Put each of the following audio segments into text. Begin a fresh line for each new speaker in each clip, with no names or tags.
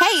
Hey,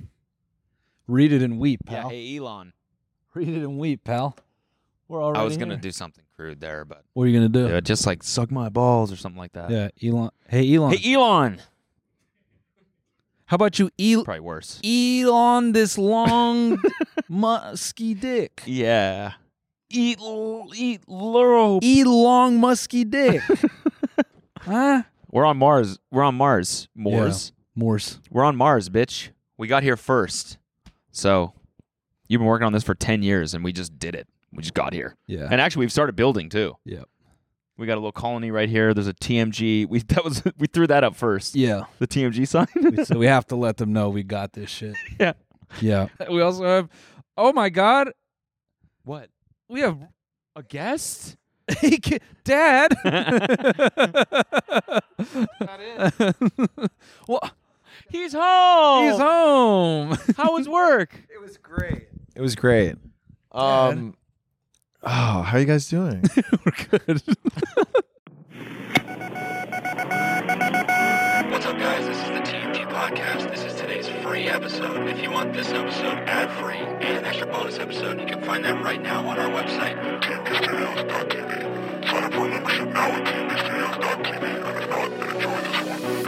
read it and weep,
Yeah,
pal.
hey Elon.
Read it and weep, pal. We're already.
I was gonna
here.
do something crude there, but
What are you gonna do?
Yeah, just like suck my balls or something like that.
Yeah, Elon. Hey Elon.
Hey E- Elon.
How about you, El-
Probably
E
worse.
Elon? This long musky dick.
Yeah.
E
Eat eat Luro.
Elon musky dick. huh?
We're on Mars. We're on Mars. Mars.
Morse.
We're on Mars, bitch. We got here first. So you've been working on this for ten years, and we just did it. We just got here.
Yeah.
And actually, we've started building too.
yeah.
We got a little colony right here. There's a TMG. We that was we threw that up first.
Yeah.
The TMG sign.
We- so we have to let them know we got this shit.
Yeah.
Yeah. We also have. Oh my God.
what?
We have.
A guest?
Hey, ki- Dad. well,
He's home.
he's home.
How was work?
It was great.
It was great. Um, oh, how are you guys doing?
We're good.
What's up, guys? This is the TMG Podcast. This is today's free episode. If you want this episode ad-free and an extra bonus episode, you can find that right now on our website, tmgstudios.tv. Sign up for a membership now at tmgstudios.tv. And if not, then enjoy this one.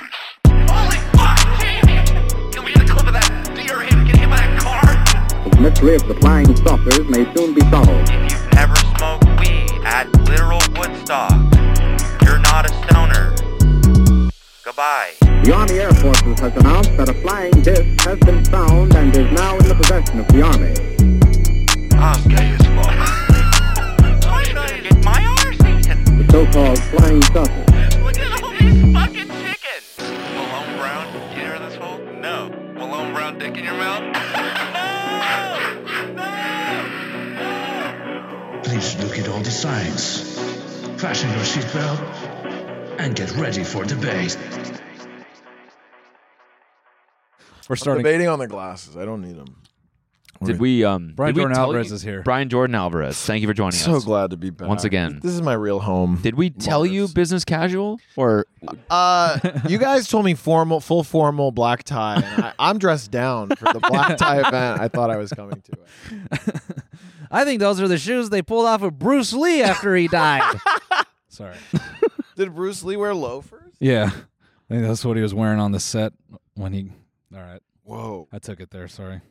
Holy fuck, Jamie! Can we get a clip of that deer him getting hit by a car?
mystery of the flying saucers may soon be solved.
If you've never smoked weed at literal Woodstock, you're not a stoner. Goodbye.
The Army Air Forces has announced that a flying disc has been found and is now in the possession of the Army.
I'm gay as fuck. I'm trying to get my arse eaten.
The so-called flying saucer.
Look at all these fucking chickens. Malone Brown, you hear this hole? No. Malone Brown dick in your mouth? no! No!
Please look at all the signs. Fasten your seatbelt and get ready for debate.
We're
I'm
starting.
debating on the glasses. I don't need them.
Did we um
Brian
did we
Jordan
tell
Alvarez
you-
is here.
Brian Jordan Alvarez. Thank you for joining
So
us.
glad to be back
Once again.
This is my real home.
Did we tell you
Mars.
business casual or
Uh, you guys told me formal, full formal black tie. And I, I'm dressed down for the black tie event. I thought I was coming to.
I think those are the shoes they pulled off of Bruce Lee after he died. Sorry.
Did Bruce Lee wear loafers?
Yeah. I think that's what he was wearing on the set when he. All right.
Whoa.
I took it there. Sorry.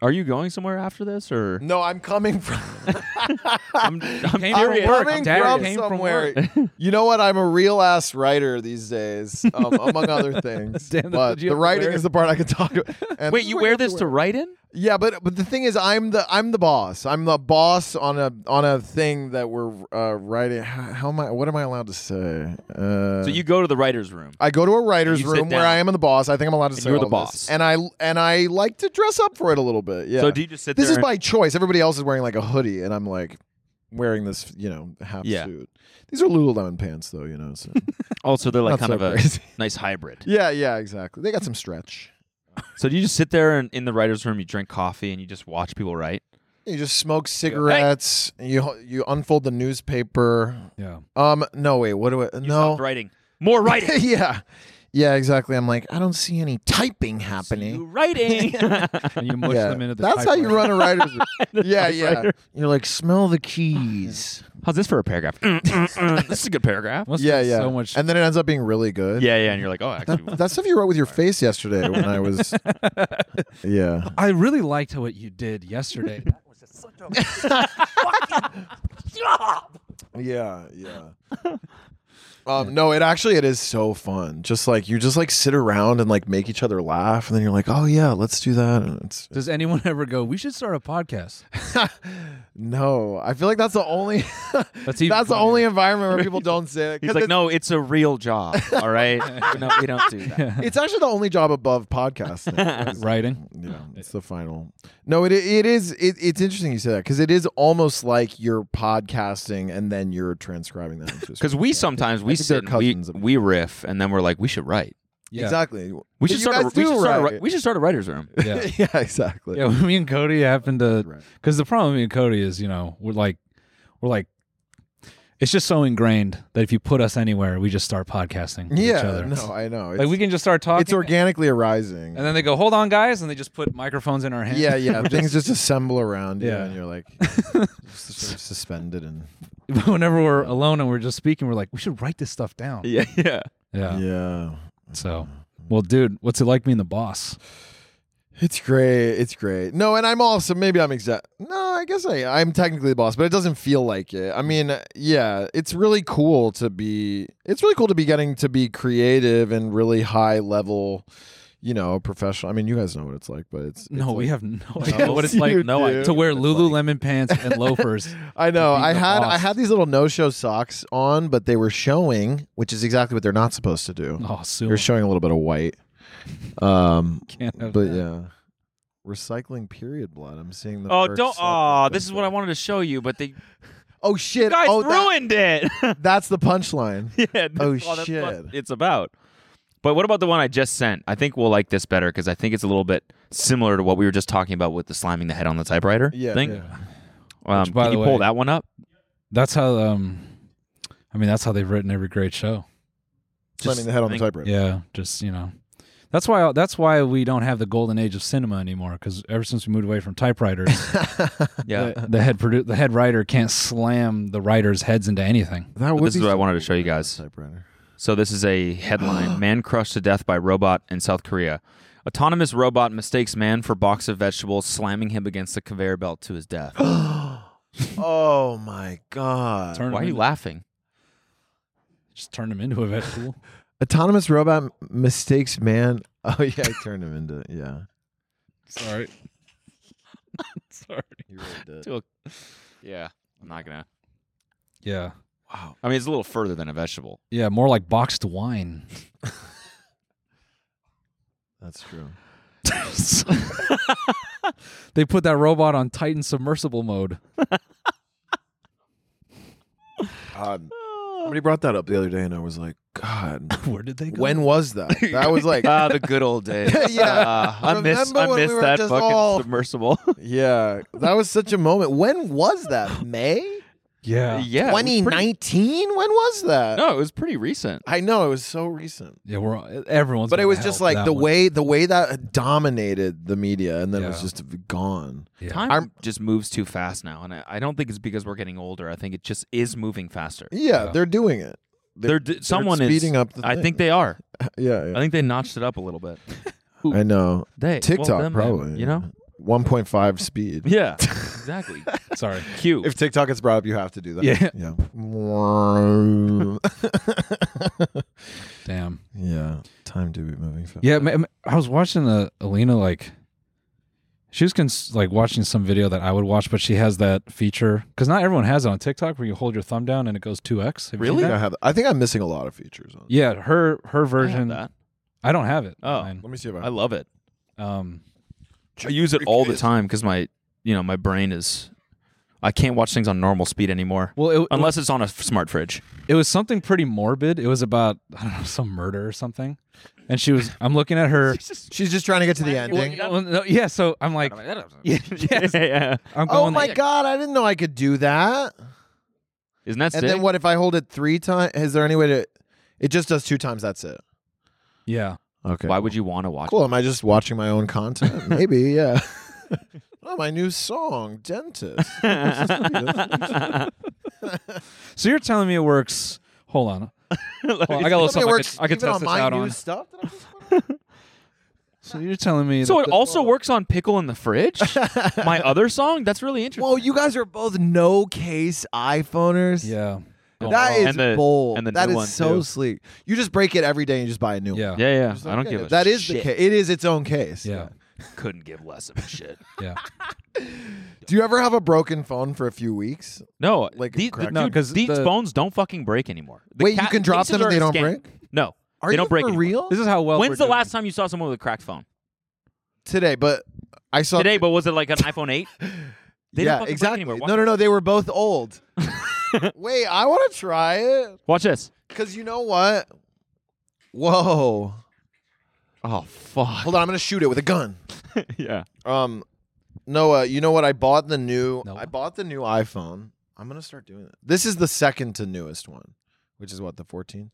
are you going somewhere after this or
No, I'm coming from.
I'm, I'm
Came
I'm
from
curious.
work.
coming
Dad
from
came from
somewhere. you know what? I'm a real ass writer these days, um, among other things.
Damn, that's
but
what you
the
have to
writing
wear.
is the part I can talk about. And
Wait,
is
you
what
wear
have to
this to write in?
Yeah, but but the thing is, I'm the I'm the boss. I'm the boss on a on a thing that we're uh, writing. How, how am I? What am I allowed to say? Uh,
So you go to the writer's room.
I go to a writer's
you sit
room where
down.
I am the boss. I think I'm allowed to
And
say
you're the
all
boss.
this. and I and I like to dress up for it a little bit. Yeah.
So do you just sit
this
there
is
and-
by choice. Everybody else is wearing like a hoodie, and I'm like wearing this, you know, half
Yeah.
suit. These are Lululemon pants, though, you know. So.
Also, they're like
Not
kind
so
of a
crazy.
nice hybrid.
yeah, yeah, exactly. They got some stretch.
So do you just sit there and in the writer's room, you drink coffee and you just watch people write?
You just smoke cigarettes. and You you unfold the newspaper.
Yeah.
Um, no, wait. What do I?
You
no.
stopped writing. More writing.
yeah. Yeah, exactly. I'm like, I don't see any typing happening.
You writing.
And you mush
yeah.
them into the
That's how you
typewriter.
run a writer's room. yeah, yeah. You're like, smell the keys.
How's this for a paragraph? Mm, mm, mm. this is a good paragraph.
Must
yeah,
be
yeah.
So much.
And then it ends up being really good.
Yeah, yeah. And you're like, oh, actually,
That stuff you wrote with your face yesterday when I was. yeah.
I really liked what you did yesterday.
Yeah, yeah. Um, no, it actually it is so fun. Just like you just like sit around and like make each other laugh, and then you're like, oh yeah, let's do that. And it's
Does anyone ever go? We should start a podcast.
No, I feel like that's the only that's,
even
the
funnier.
only environment where people don't say it. 'Cause
He's like,
it's-
no, it's a real job. All right, no, we don't do that.
It's actually the only job above podcasting. It's-
Writing.
Yeah, it's the final. No, it it is. It, it's interesting you say that because it is almost like you're podcasting and then you're transcribing that. into a
Because
script.
we sometimes we
think they're
sit and we,
cousins of-
we riff and then we're like, we should write.
Yeah.
exactly.
We
But
should
you
start. A,
guys
we
do
should start. A,
write
wri-
it.
we should start a writer's room.
Yeah.
yeah, exactly.
Yeah, me and Cody happen to because the problem with me and Cody is, you know, we're like we're like it's just so ingrained that if you put us anywhere, we just start podcasting with each
yeah.
other.
No, I know. It's,
like we can just start talking.
it's organically arising.
and then they go, "Hold on, guys," and they just put microphones in our hands.
yeah, yeah. Things just assemble around you,
Yeah.
and you're like just sort of suspended and
Whenever we're alone and we're just speaking, we're like, "We should write this stuff down."
Yeah, yeah.
Yeah.
yeah.
So, well, dude, what's it like being the boss?
It's great. It's great. No, and I'm also maybe I'm exact. No, I guess I I'm technically the boss, but it doesn't feel like it. I mean, yeah, it's really cool to be. It's really cool to be getting to be creative and really high level, you know, professional. I mean, you guys know what it's like, but it's, it's
No,
like-
we have no idea
Yes,
what it's like.
you
No, idea.
do.
to wear Lululemon pants and loafers.
I know.
being
I
the
had I
boss.
had these little no show socks on, but they were showing, which is exactly what they're not supposed to do.
Oh, soon
They're showing a little bit of white. Um,
can't have
but
that.
yeah, recycling period blood. I'm seeing the.
Oh,
first
don't.
self
Oh,
that
this
does
is what I
that.
wanted to show you, but they
Oh shit!
guys
oh, that-
ruined it.
That's the punchline.
yeah. that's-
Oh,
that's what
shit.
it's about. But what about the one I just sent? I think we'll like this better because I think it's a little bit similar to what we were just talking about with the slamming the head on the typewriter
Yeah,
thing.
yeah.
Um,
Which, by
can
the
you pull
way-
that one up?
That's how. Um, I mean, that's how they've written every great show.
Slamming the head on the
think-
typewriter.
Yeah, just you know, that's why that's why we don't have the golden age of cinema anymore. Because ever since we moved away from typewriters,
Yeah.
the, the head produ- the head writer can't slam the writer's heads into anything.
That would
this
be
is what I
so
wanted to
cool.
show you guys.
Typewriter.
So this is a headline: Man crushed to death by robot in South Korea. Autonomous robot mistakes man for box of vegetables, slamming him against the conveyor belt to his death.
Oh my god!
Turn
Why are
him
you
in-
laughing?
Just turn him into a vegetable.
Autonomous robot m- mistakes man. Oh yeah, I turned him into yeah.
Sorry. Sorry.
You really
To a- yeah, I'm not gonna.
Yeah.
I mean, it's a little further than a vegetable.
Yeah. More like boxed wine.
That's true.
They put that robot on Titan submersible mode.
God.
Oh.
Somebody brought that up the other day, and I was like, God,
Where did they go?
when was that? That was like,
Ah, the good old days.
Yeah.
Ah, I miss,
Remember
I
when we
miss
were
that
just
fucking
all-
submersible.
yeah, that was such a moment. When was that? May
Yeah.
yeah, it was pretty-
2019? When was that?
No, it was pretty recent.
I know it was so recent.
Yeah. We're all, everyone's.
but it
gonna
was
help
just like
that
the
one.
way the way that dominated the media and then it was
Yeah.
just gone
Yeah.
Time
I'm-
just moves too fast now, and I, I don't think it's because we're getting older. I think it just is moving faster.
yeah,
Yeah.
they're doing it
They're, d someone is
speeding up the
I
thing.
think they are.
yeah,
I
yeah.
think they notched it up a little bit.
I, know
They
tiktok
well, them,
probably
you know.
1.5 speed
Yeah, exactly.
Sorry.
Cute.
if tiktok gets brought up you have to do that
Yeah.
yeah
Damn.
yeah time to be moving fast
Yeah, ma- ma- I was watching uh, Alina like she was cons- like watching some video that I would watch, but she has that feature because not everyone has it on TikTok where you hold your thumb down and it goes two x.
I
Really?
think, I, have, I think i'm missing a lot of features on
Yeah, her her
I have
version. I,
that.
don't have it.
Oh.
mine.
let me see if
I
i
love it.
um,
I use it all the time because my, you know, my brain is. I can't watch things on normal speed anymore,
well, it,
unless it's on a f- smart fridge.
it was something pretty morbid. It was about I don't know some murder or something, and she was. I'm looking at her.
she's just trying to get to the
Well,
ending
well, no, yeah, so I'm like,
yeah, yeah.
I'm
oh
going.
my
like,
god i didn't know i could do that
Isn't that sick?
And then what if I hold it three times? Is there any way to? It just does two times. That's it.
yeah,
Okay.
Why would you want to watch?
Cool. Am I just watching my own content? Maybe. Yeah. oh, my new song, Dentist.
so you're telling me it works? Hold on. Hold on, I got a little
Tell me
stuff
it
I could,
works
I could
even
test
on
this
my
out
new
on.
stuff. that I just put out?
So you're telling me
So
that
it also works on pickle in the fridge. my other song. That's really interesting.
Whoa, you guys are both no case iPhoners.
Yeah.
That is
And the-
bold.
and the
that
new
is
one,
so
too.
sleek. You just break it every day and you just buy a new one.
Yeah.
yeah, yeah.
Just
I don't
okay,
give a
That is
shit.
the case. It is its own case.
Yeah.
Couldn't give less of a shit.
Yeah.
Do you ever have a broken phone for a few weeks?
No,
Like
like these,
crack-
No,
no,
'cause
because these
the-
phones don't fucking break anymore. The
Wait, you
ca-
can drop
cases
them and
are
they
a
don't
scam.
break?
No,
Are
they
you
don't break
for
anymore.
real?
This is how well.
When's
we're
the
doing.
last time you saw someone with a cracked phone?
Today, but I saw
Today, but was it like an iPhone 8? They don't
yeah,
fucking break
exactly.
anymore. Watch
No, no, no. They were both old. Wait, I want to try it
Watch this.
because you know what? Whoa!
Oh fuck.
Hold on, I'm gonna shoot it with a gun.
yeah.
Um, Noah, you know what? I bought the new.
Noah.
I bought the new iPhone. I'm gonna start doing it. This is the second to newest one, which is what the 14.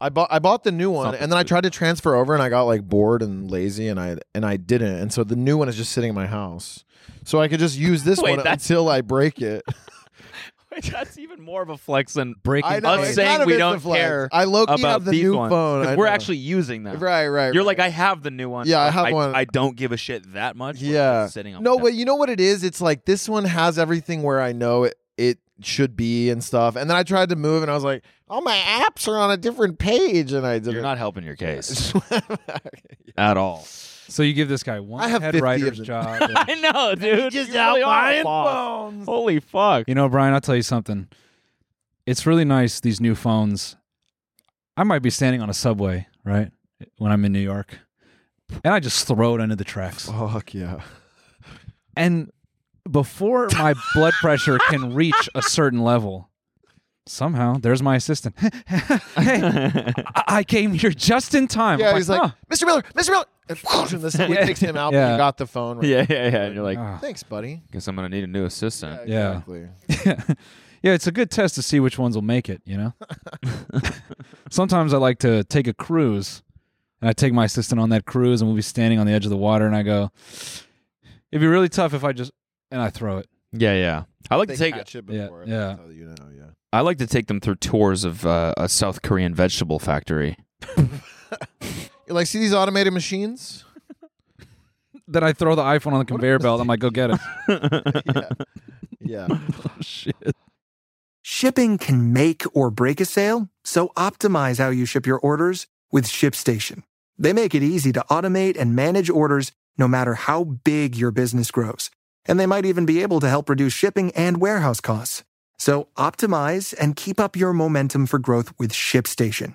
I bought I bought the new one,
the
and then I tried to transfer over, and I got like bored and lazy, and I and I didn't, and so the new one is just sitting in my house, so I could just use this
Wait,
one
that's-
until I break it.
Wait, that's even more of a flex than
breaking?
I
us
know, it's
saying
not a
we
bit
don't
of flex.
care
I low key
about
have the
these
new
ones,
phone.
'cause
I
we're
know.
actually using them.
right, right.
You're
right.
like, I have the new one.
Yeah, I
but
have one.
I don't give a shit that much. but
Yeah.
it's sitting on
No,
my
but
desk.
you know what it is? It's like this one has everything where I know it, it should be and stuff. And then I tried to move and I was like, all my apps are on a different page. And I didn't.
You're not helping your case at all.
So you give this guy one
I have
head
50 of
writer's
them.
job. and-
I know, dude.
just
You really
out
are
buying
a boss. Holy fuck.
you know, Brian, I'll tell you something. It's really nice these new phones. I might be standing on a subway, right, when I'm in New York, and I just throw it under the tracks.
Fuck yeah.
And before my blood pressure can reach a certain level, somehow there's my assistant. hey, I-, I came here just in time.
Yeah,
I'm
he's like,
"Huh."
Mr. Miller, Mr. Miller. And this we picks him out.
Yeah.
And you got the phone. Right
Yeah, yeah, yeah. And you're like,
Ah.
Thanks, buddy.
guess I'm gonna need a new assistant.
Yeah.
Exactly.
yeah, it's a good test to see which ones will make it, you know? Sometimes I like to take a cruise and I take my assistant on that cruise and we'll be standing on the edge of the water and I go, it'd be really tough if I just, and I throw it.
Yeah, yeah. I like
They
to take
catch it
yeah,
before.
yeah.
so You know, yeah.
I like to take them through tours of uh, a South Korean vegetable factory.
You're like, see these automated machines?
Then I throw the iPhone on the conveyor belt. I'm like, go get it.
Yeah.
Shipping can make or break a sale, so optimize how you ship your orders with ShipStation. They make it easy to automate and manage orders no matter how big your business grows. And they might even be able to help reduce shipping and warehouse costs. So optimize and keep up your momentum for growth with ShipStation.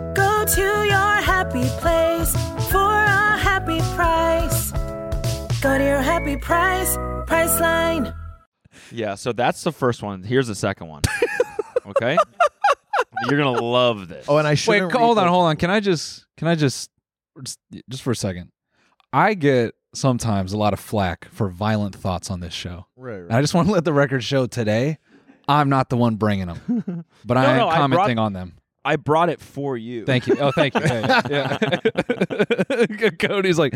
Go to your happy place for a happy price. Go to your happy price, Priceline.
Yeah, so that's the first one. Here's the second one. okay? You're going to love this.
Oh, and I
Wait,
should.
hold on, hold on. Can I just, can I just, just, just for a second? I get sometimes a lot of flack for violent thoughts on this show.
Right, right.
And I just want to let the record show today, I'm not the one bringing them, but I am
no, I
commenting
brought-
on them.
I brought it for you.
Thank you. Oh, thank you. Yeah, yeah, yeah. Cody's like,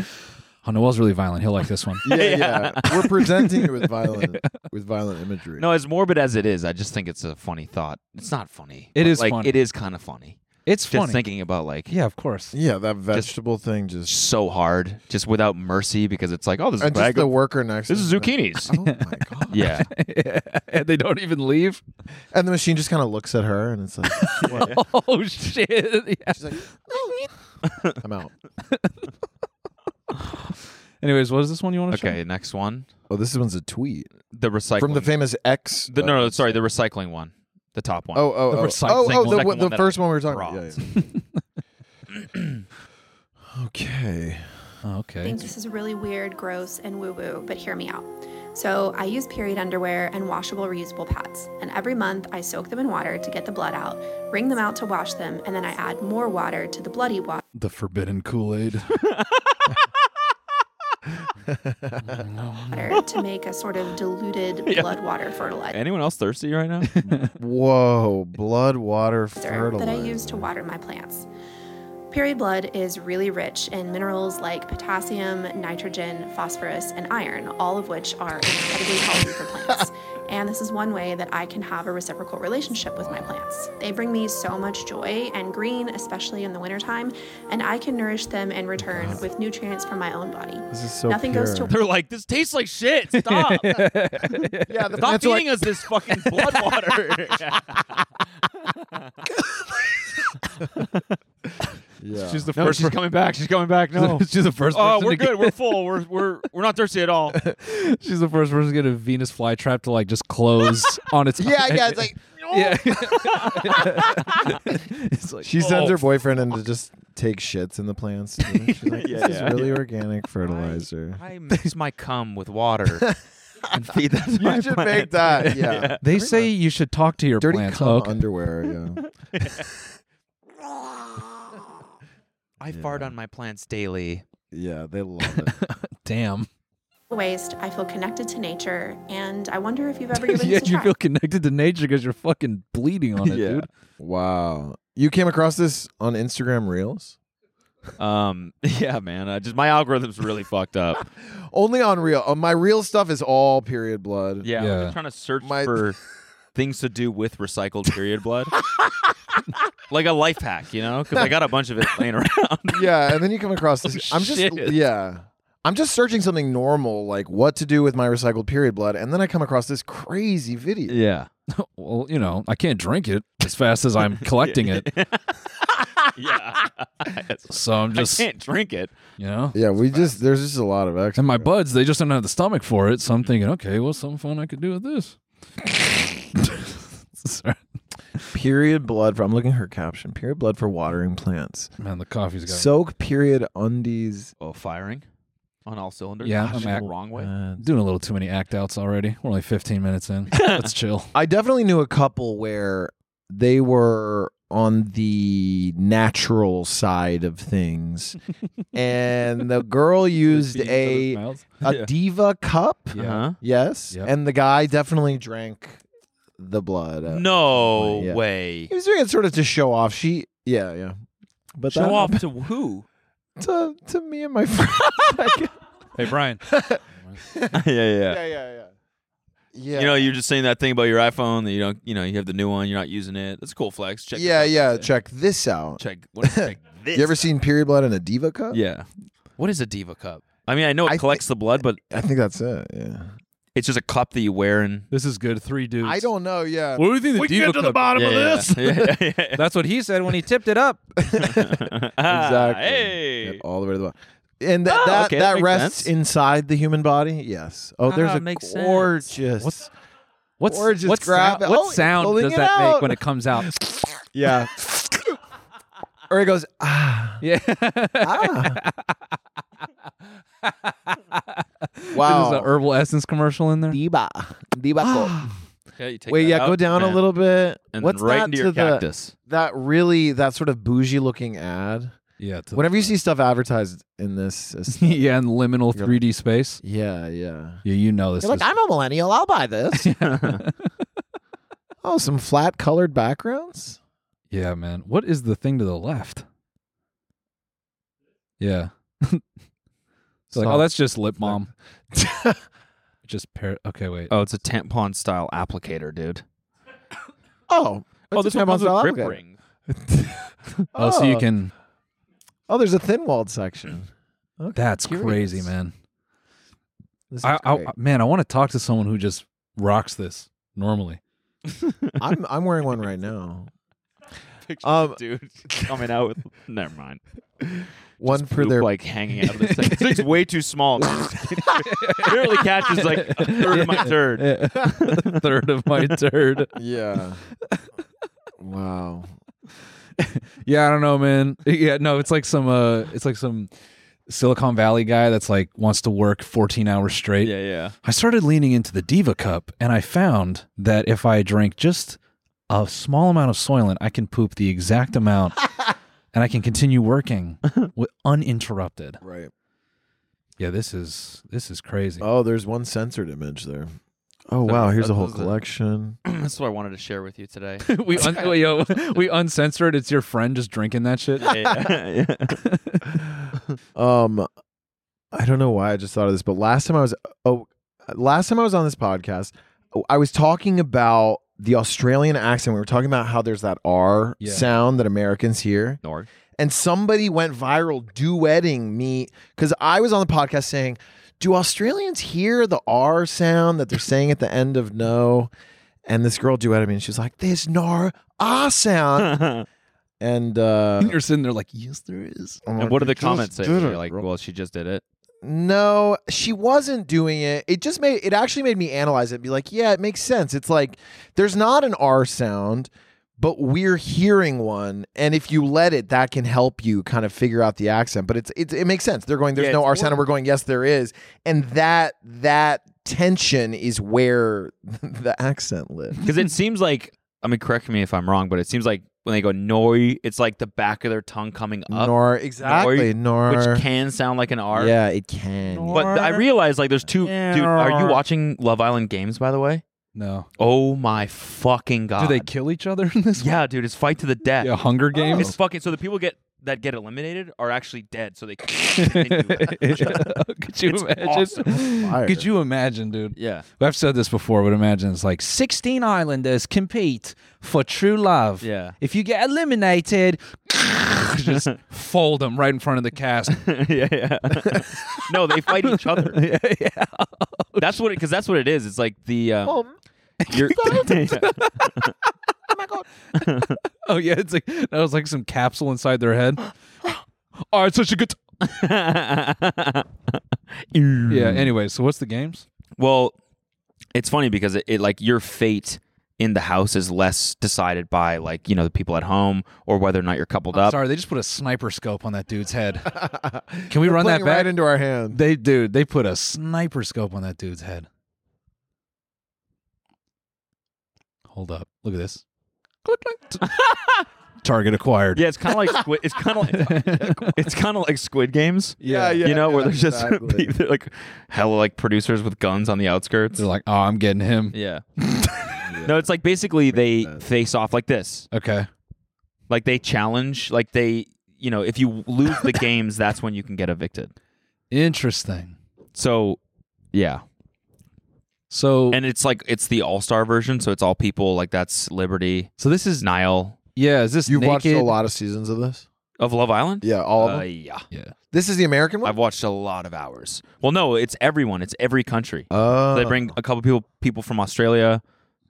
oh, Noel's really violent. He'll like this one.
yeah, yeah. We're presenting it with violent, with violent imagery.
No, as morbid as it is, I just think it's a funny thought. It's not funny.
It
but,
is
like
funny.
it is kind of funny.
It's
Just
funny.
thinking about like
Yeah, of course.
Yeah, that vegetable thing just
so hard, just without mercy, because it's like, oh, this is a
and just
bag
the
of,
worker next.
this
to
is
him.
zucchinis.
Oh my god!
yeah,
and they don't even leave.
And the machine just kind of looks at her, and it's like, what?
Oh shit! Yeah.
she's like, I'm out.
Anyways, what is this one you want to
Okay, next one.
Oh, this one's a tweet
The recycling.
from the famous X. uh,
the, no, no, sorry, the recycling one. The top one.
Oh, oh,
The
oh,
recycling
oh, oh, the,
second
one- the
one that
first one we were talking
brought.
about. Yeah, yeah. okay.
Oh, okay.
think this is really weird, gross, and woo woo, but hear me out. So, I use period underwear and washable reusable pads, and every month I soak them in water to get the blood out, wring them out to wash them, and then I add more water to the bloody water.
The forbidden Kool Aid.
water to make a sort of diluted blood water fertilizer
Anyone else thirsty right now?
Whoa, blood, water,
that I
fertilizer.
use to water my plants. Period blood is really rich in minerals like potassium, nitrogen, phosphorus, and iron, all of which are incredibly healthy for plants. And this is one way that I can have a reciprocal relationship with my plants. They bring me so much joy and green, especially in the wintertime, and I can nourish them in return with nutrients from my own body.
This is so
Nothing goes
pure.
to
They're like, this tastes like shit. Stop.
Yeah, the,
Stop
that's what-
feeding us this fucking blood water.
Yeah.
She's the
no,
first.
she's coming back. She's coming back. No.
she's the first.
Oh,
person
we're
to get-
good. We're full. We're we're we're not thirsty at all.
She's the first person to get a Venus flytrap to like just close on its.
yeah, yeah. It's like
yeah. it's like
she sends
Oh.
her boyfriend in to just take shits in the plants. you know? She's like,
Yeah,
this is
yeah.
really organic fertilizer.
I mix my cum with water and feed that. to my
you should
plant.
make that. Yeah.
they say you should talk to your
Dirty
plants.
cum
Oh, okay.
underwear. Yeah.
I fart on my plants daily.
Yeah, they love it.
Damn.
waste. I feel connected to nature, and I wonder if you've ever given
yeah,
this a
you
try.
feel connected to nature because you're fucking bleeding on it,
Yeah.
dude.
Wow. You came across this on Instagram Reels?
Um, yeah, man. I just my algorithm's really fucked up.
Only on Reel. Oh, my Reel stuff is all period blood.
Yeah,
Yeah.
I'm just trying to search
My-
for things to do with recycled period blood, like a life hack, you know? Because I got a bunch of it laying around.
Yeah, and then you come across this.
Oh,
I'm just
shit.
yeah. I'm just searching something normal, like what to do with my recycled period blood, and then I come across this crazy video.
Yeah,
Well, you know, I can't drink it as fast as I'm collecting it,
yeah.
so I'm
I
just,
can't drink it.
you know.
Yeah, we just there's just a lot of extra.
And my buds, they just don't have the stomach for it. So I'm thinking, okay, what's some fun I could do with this? Sorry.
period blood for I'm looking at her caption. Period blood for watering plants.
Man, the coffee's got
Soak period undies.
Oh, firing on all cylinders.
Yeah,
Ah,
I'm uh,
shit,
act-
the wrong way.
uh,
doing a little too many act outs already. We're only 15 minutes in. Let's chill.
I definitely knew a couple where they were on the natural side of things, and the girl used a a
Yeah.
diva cup.
Yeah.
Uh-huh.
Yes,
Yep.
and the guy definitely drank the blood.
Uh,
at-
No
Yeah.
way.
he was doing it sort of to show off. She, yeah, yeah, but that-
Show off to who?
to to me and my friend.
Hey, Brian.
yeah, yeah.
yeah, yeah, yeah.
You know, you're just saying that thing about your iPhone that you don't, you know, you have the new one, you're not using it. That's a cool flex. Check. this
yeah,
out.
yeah. Check this out.
Check. What, check this.
You ever seen period blood in a diva cup?
Yeah. What is a diva cup? I mean, I know it
I thi-
collects the blood, but
I think that's it. Yeah.
it's just a cup that you wear and.
This is good. Three dudes.
I don't know. Yeah.
What do you think the we get to the bottom
Yeah, yeah, yeah, yeah, yeah.
That's what he said when he tipped it up.
Ah,
exactly.
Hey.
Yep, all the way to the bottom. And th-
Oh,
that
okay, that
that
makes
rests
sense.
inside the human body. Yes. Oh, there's
Ah,
a
makes sense.
gorgeous.
What's- What's
Or just
what,
grab
sound,
it.
what
Oh,
sound
pulling
does
it
that
out.
make when it comes out?
Yeah. or it goes ah
yeah.
ah.
There's an
wow.
herbal essence commercial in there.
Diva. Diva. cup.
Okay, you take
Wait,
that
yeah,
out,
go down a
and-
little bit.
And
What's
then right
that
into
to
your
the
cactus.
that really that sort of bougie looking ad?
Yeah. to the-
Whenever you see stuff advertised in this, it's-
yeah, in liminal 3D space.
yeah, yeah.
Yeah, you know this.
You're like,
is-
I'm a millennial. I'll buy this. oh, some flat colored backgrounds.
yeah, man. What is the thing to the left? Yeah. It's like, oh,
Soft.
that's just lip balm. just pair. Okay, wait.
Oh, it's a tampon style applicator, dude. oh,
Oh, it's
this
a
one comes
Amazon
with grip
applicator.
ring.
Oh, so you can.
Oh, there's a thin walled section. Okay,
That's
curious.
crazy, man.
This is
I, I
great.
man, I want to talk to someone who just rocks this normally.
I'm I'm wearing one right now.
Picture
Um,
dude coming out with. Never mind.
One for
Poop,
their
like hanging out of this thing. This thing's way too small. Barely catches like a third of my turd.
Third of my turd.
yeah. wow.
Yeah, I don't know, man. Yeah, no, it's like some uh it's like some Silicon Valley guy that's like wants to work 14 hours straight.
Yeah, yeah.
I started leaning into the Diva cup and I found that if I drink just a small amount of Soylent, I can poop the exact amount and I can continue working with uninterrupted.
Right.
Yeah, this is this is crazy.
Oh.
Oh, there's one censored image there. Oh wow, here's
that
a whole
was the-
collection.
That's what I wanted to share with you today.
we un- wait, yo, we uncensored. It's your friend just drinking that shit.
Yeah,
Um I don't know why I just thought of this, but last time I was oh last time I was on this podcast, I was talking about the Australian accent. We were talking about how there's that R
Yeah.
sound that Americans hear.
Nor.
and somebody went viral duetting me because I was on the podcast saying, "Do Australians hear the R sound that they're saying at the end of no?" And this girl duetted me, and she was like, "There's no R sound," and uh,
You're sitting there like, yes, there is.
I'm
And
like,
what do the
"You just
comments say?
did
You're
it,
like,
bro."
well, she just did it.
No, she wasn't doing it. It just made it actually made me analyze it and be like, yeah, it makes sense. It's like there's not an R sound, but we're hearing one. And if you let it, that can help you kind of figure out the accent. But it's it's it makes sense. They're going, there's
Yeah,
no
it's
R sound, and we're going, yes, there is. And that that tension is where the accent lives.
Because it seems like, I mean, correct me if I'm wrong, but it seems like when they go noi, it's like the back of their tongue coming up,
Nor exactly. Nor,
Uh, which can sound like an R.
Yeah, it can.
But th- I realize like there's two. Dude, are you
Yeah.
watching Love Island games by the way?
No.
Oh my fucking god!
Do they kill each other in this?
yeah, dude, it's fight to the
One?
death.
Yeah. Hunger
It's
Games.
fucking. So the people get that get eliminated are actually dead. So they. continue.
Could you
It's
imagine?
awesome.
Fire.
Could you imagine, dude?
yeah.
I've said this before, but imagine it's like 16 islanders compete for true love.
Yeah.
If you get eliminated, just fold them right in front of the cast.
yeah, yeah. no, they fight each other. yeah, That's what because that's what it is. It's like the um, you're,
Oh yeah, it's like that was like some capsule inside their head. All right, such a good. yeah.
Mm.
Anyway, so what's the games?
Well, it's funny because it, it like your fate in the house is less decided by like you know the people at home or whether or not you're coupled up.
Sorry, they just put a sniper scope on that dude's head. Can we run that
Playing
back?
right into our hand.
they dude, they put a sniper scope on that dude's head. Hold up, look at this. Click, click. Target acquired.
Yeah, it's kind of like squid, it's kind of like it's kind of like Squid Games.
Yeah, yeah,
you know where
yeah,
there's just
exactly.
they're like hella like producers with guns on the outskirts.
They're like, oh, I'm getting him.
Yeah. no, it's like basically they face off like this.
Okay.
Like they challenge, like they, you know, if you lose the games, that's when you can get evicted.
Interesting.
So, yeah.
So
And it's like it's the all-star version, so it's all people like that's Liberty,
so this is
Nile
yeah, is this
You've
naked?
watched a lot of seasons of this?
of Love Island?
Yeah, all of
Uh,
them.
yeah.
Yeah.
This is the American one.
I've watched a lot of hours. Well, no, it's everyone. It's every country.
Oh,
they bring a couple people people from Australia,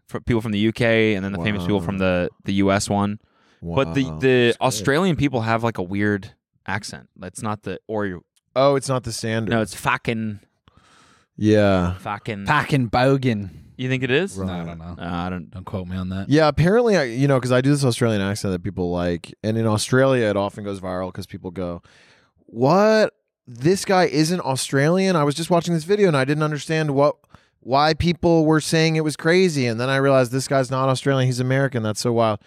fr people from the UK, and then the famous people from the the US one. But the
Oh, Wow.
the Australian people have like a weird accent. That's not the or you-
oh, it's not the standard.
no, it's fucking
yeah,
fucking.
Packing bogan.
You think it is?
Right.
I don't know.
Uh, I don't.
Don't quote me on that.
yeah. Apparently, I you know because I do this Australian accent that people like, and in Australia it often goes viral because people go, "What? This guy isn't Australian." I was just watching this video and I didn't understand what why people were saying it was crazy, and then I realized this guy's not Australian; he's American. That's so wild.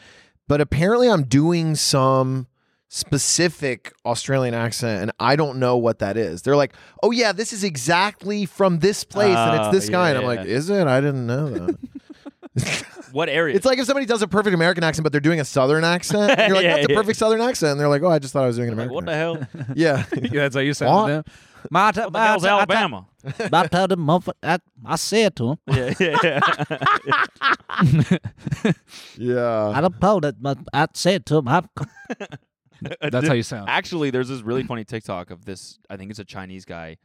But apparently, I'm doing some specific Australian accent, and I don't know what that is. They're like, "Oh yeah, this is exactly from this place, and
Oh,
it's this guy," and I'm
yeah.
like, "Is it? I didn't know that."
What area?
It's like if somebody does a perfect American accent, but they're doing a Southern accent. and you're like,
Yeah,
that's
yeah.
a perfect Southern accent. And they're like, oh, I just thought I was doing an
Like,
American.
what the hell?
accent. Yeah.
Yeah, that's how you
What?
sound to them. My t-
What the hell's Alabama?
I told him, motherfucker, I, I said to him,
yeah, yeah, yeah.
yeah.
don't know that, but I said to him, I'm... That's how you sound.
Actually, there's this really funny TikTok of this. I think it's a Chinese guy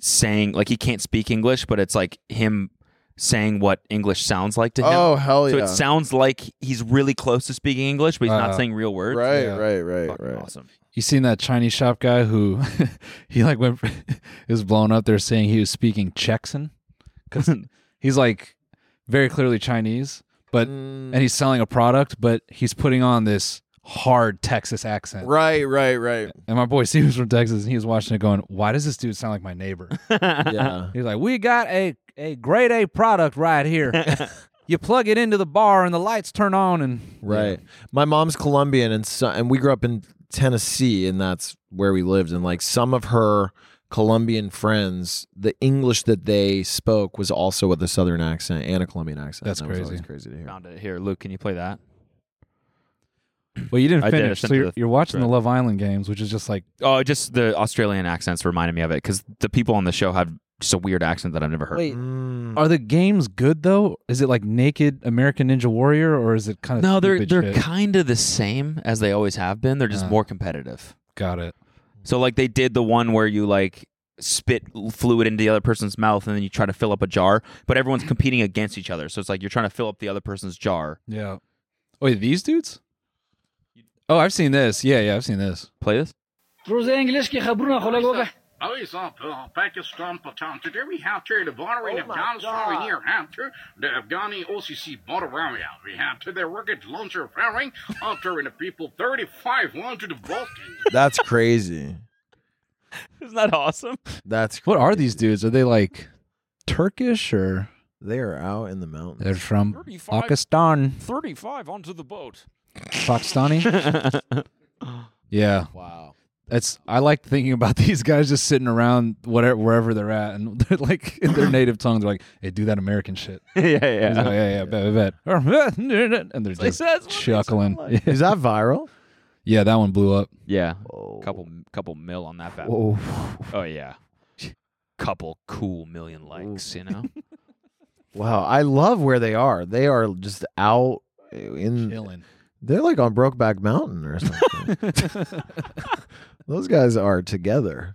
saying like he can't speak English, but it's like him saying what English sounds like to him.
Oh, hell
so
yeah.
it sounds like he's really close to speaking English, but he's
Uh,
not saying real words.
right,
yeah.
right, right,
Fucking
right.
Awesome.
You seen that Chinese shop guy who he like went he was blown up there saying he was speaking Chexan because he's like very clearly Chinese, but
Mm.
and he's selling a product, but he's putting on this hard Texas accent.
Right, right, right.
And my boy Steve was from Texas, and he was watching it going, "Why does this dude sound like my neighbor?"
Yeah.
He's like, "We got a a grade A product right here. you plug it into the bar, and the lights turn on, and
Right. My mom's Colombian, and so, and we grew up in Tennessee, and that's where we lived. And like some of her Colombian friends, the English that they spoke was also with a Southern accent and a Colombian accent.
That's
That was
crazy.
always crazy to hear.
Found it here. Luke, can you play that?
Well, you didn't
I did. I
finish.
sent
so
it
you're,
to the-
you're watching the
right.
Love Island games, which is just like
Oh, just the Australian accents reminded me of it because the people on the show have just a weird accent that I've never heard.
Wait,
Mm.
Are the games good though? Is it like Naked American Ninja Warrior or is it kind of
no, they're they're
shit?
kind of the same as they always have been. They're just
Uh.
more competitive.
got it.
So like they did the one where you like spit fluid into the other person's mouth and then you try to fill up a jar, but everyone's competing against each other. So it's like you're trying to fill up the other person's jar.
Yeah. Wait, these dudes? Oh, I've seen this. Yeah, yeah, I've seen this.
Play this.
Oh, it's on Pakistan Patan. Today we have to the border in
Oh,
Afghanistan here after the Afghani OCC border area. We have to the rocket launcher firing after the people 35 went to the Balkans.
That's crazy.
Isn't that awesome?
That's
What are these dudes? Are they like Turkish or
They are out in the mountains.
they're from
35.
Pakistan?
35 onto the boat.
Pakistani? yeah.
wow.
That's I like thinking about these guys just sitting around whatever wherever they're at and they're like in their native tongue, they're like, Hey, do that American shit.
yeah,
He's like,
yeah.
Oh, yeah, yeah, bet, bet, bet. and they're just
that's what they
chuckling.
sound like.
Is that viral?
yeah, that one blew up.
Yeah.
Whoa.
Couple couple mil on that bad boy.
Whoa.
Oh yeah. Couple cool million likes, you know?
Wow. I love where they are. They are just out
Mm.
in.
Chilling.
They're like on Brokeback Mountain or something. Those guys are together.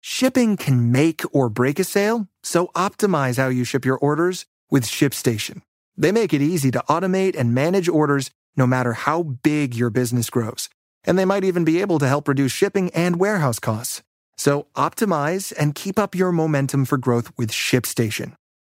Shipping can make or break a sale, so optimize how you ship your orders with ShipStation. They make it easy to automate and manage orders no matter how big your business grows. And they might even be able to help reduce shipping and warehouse costs. So optimize and keep up your momentum for growth with ShipStation.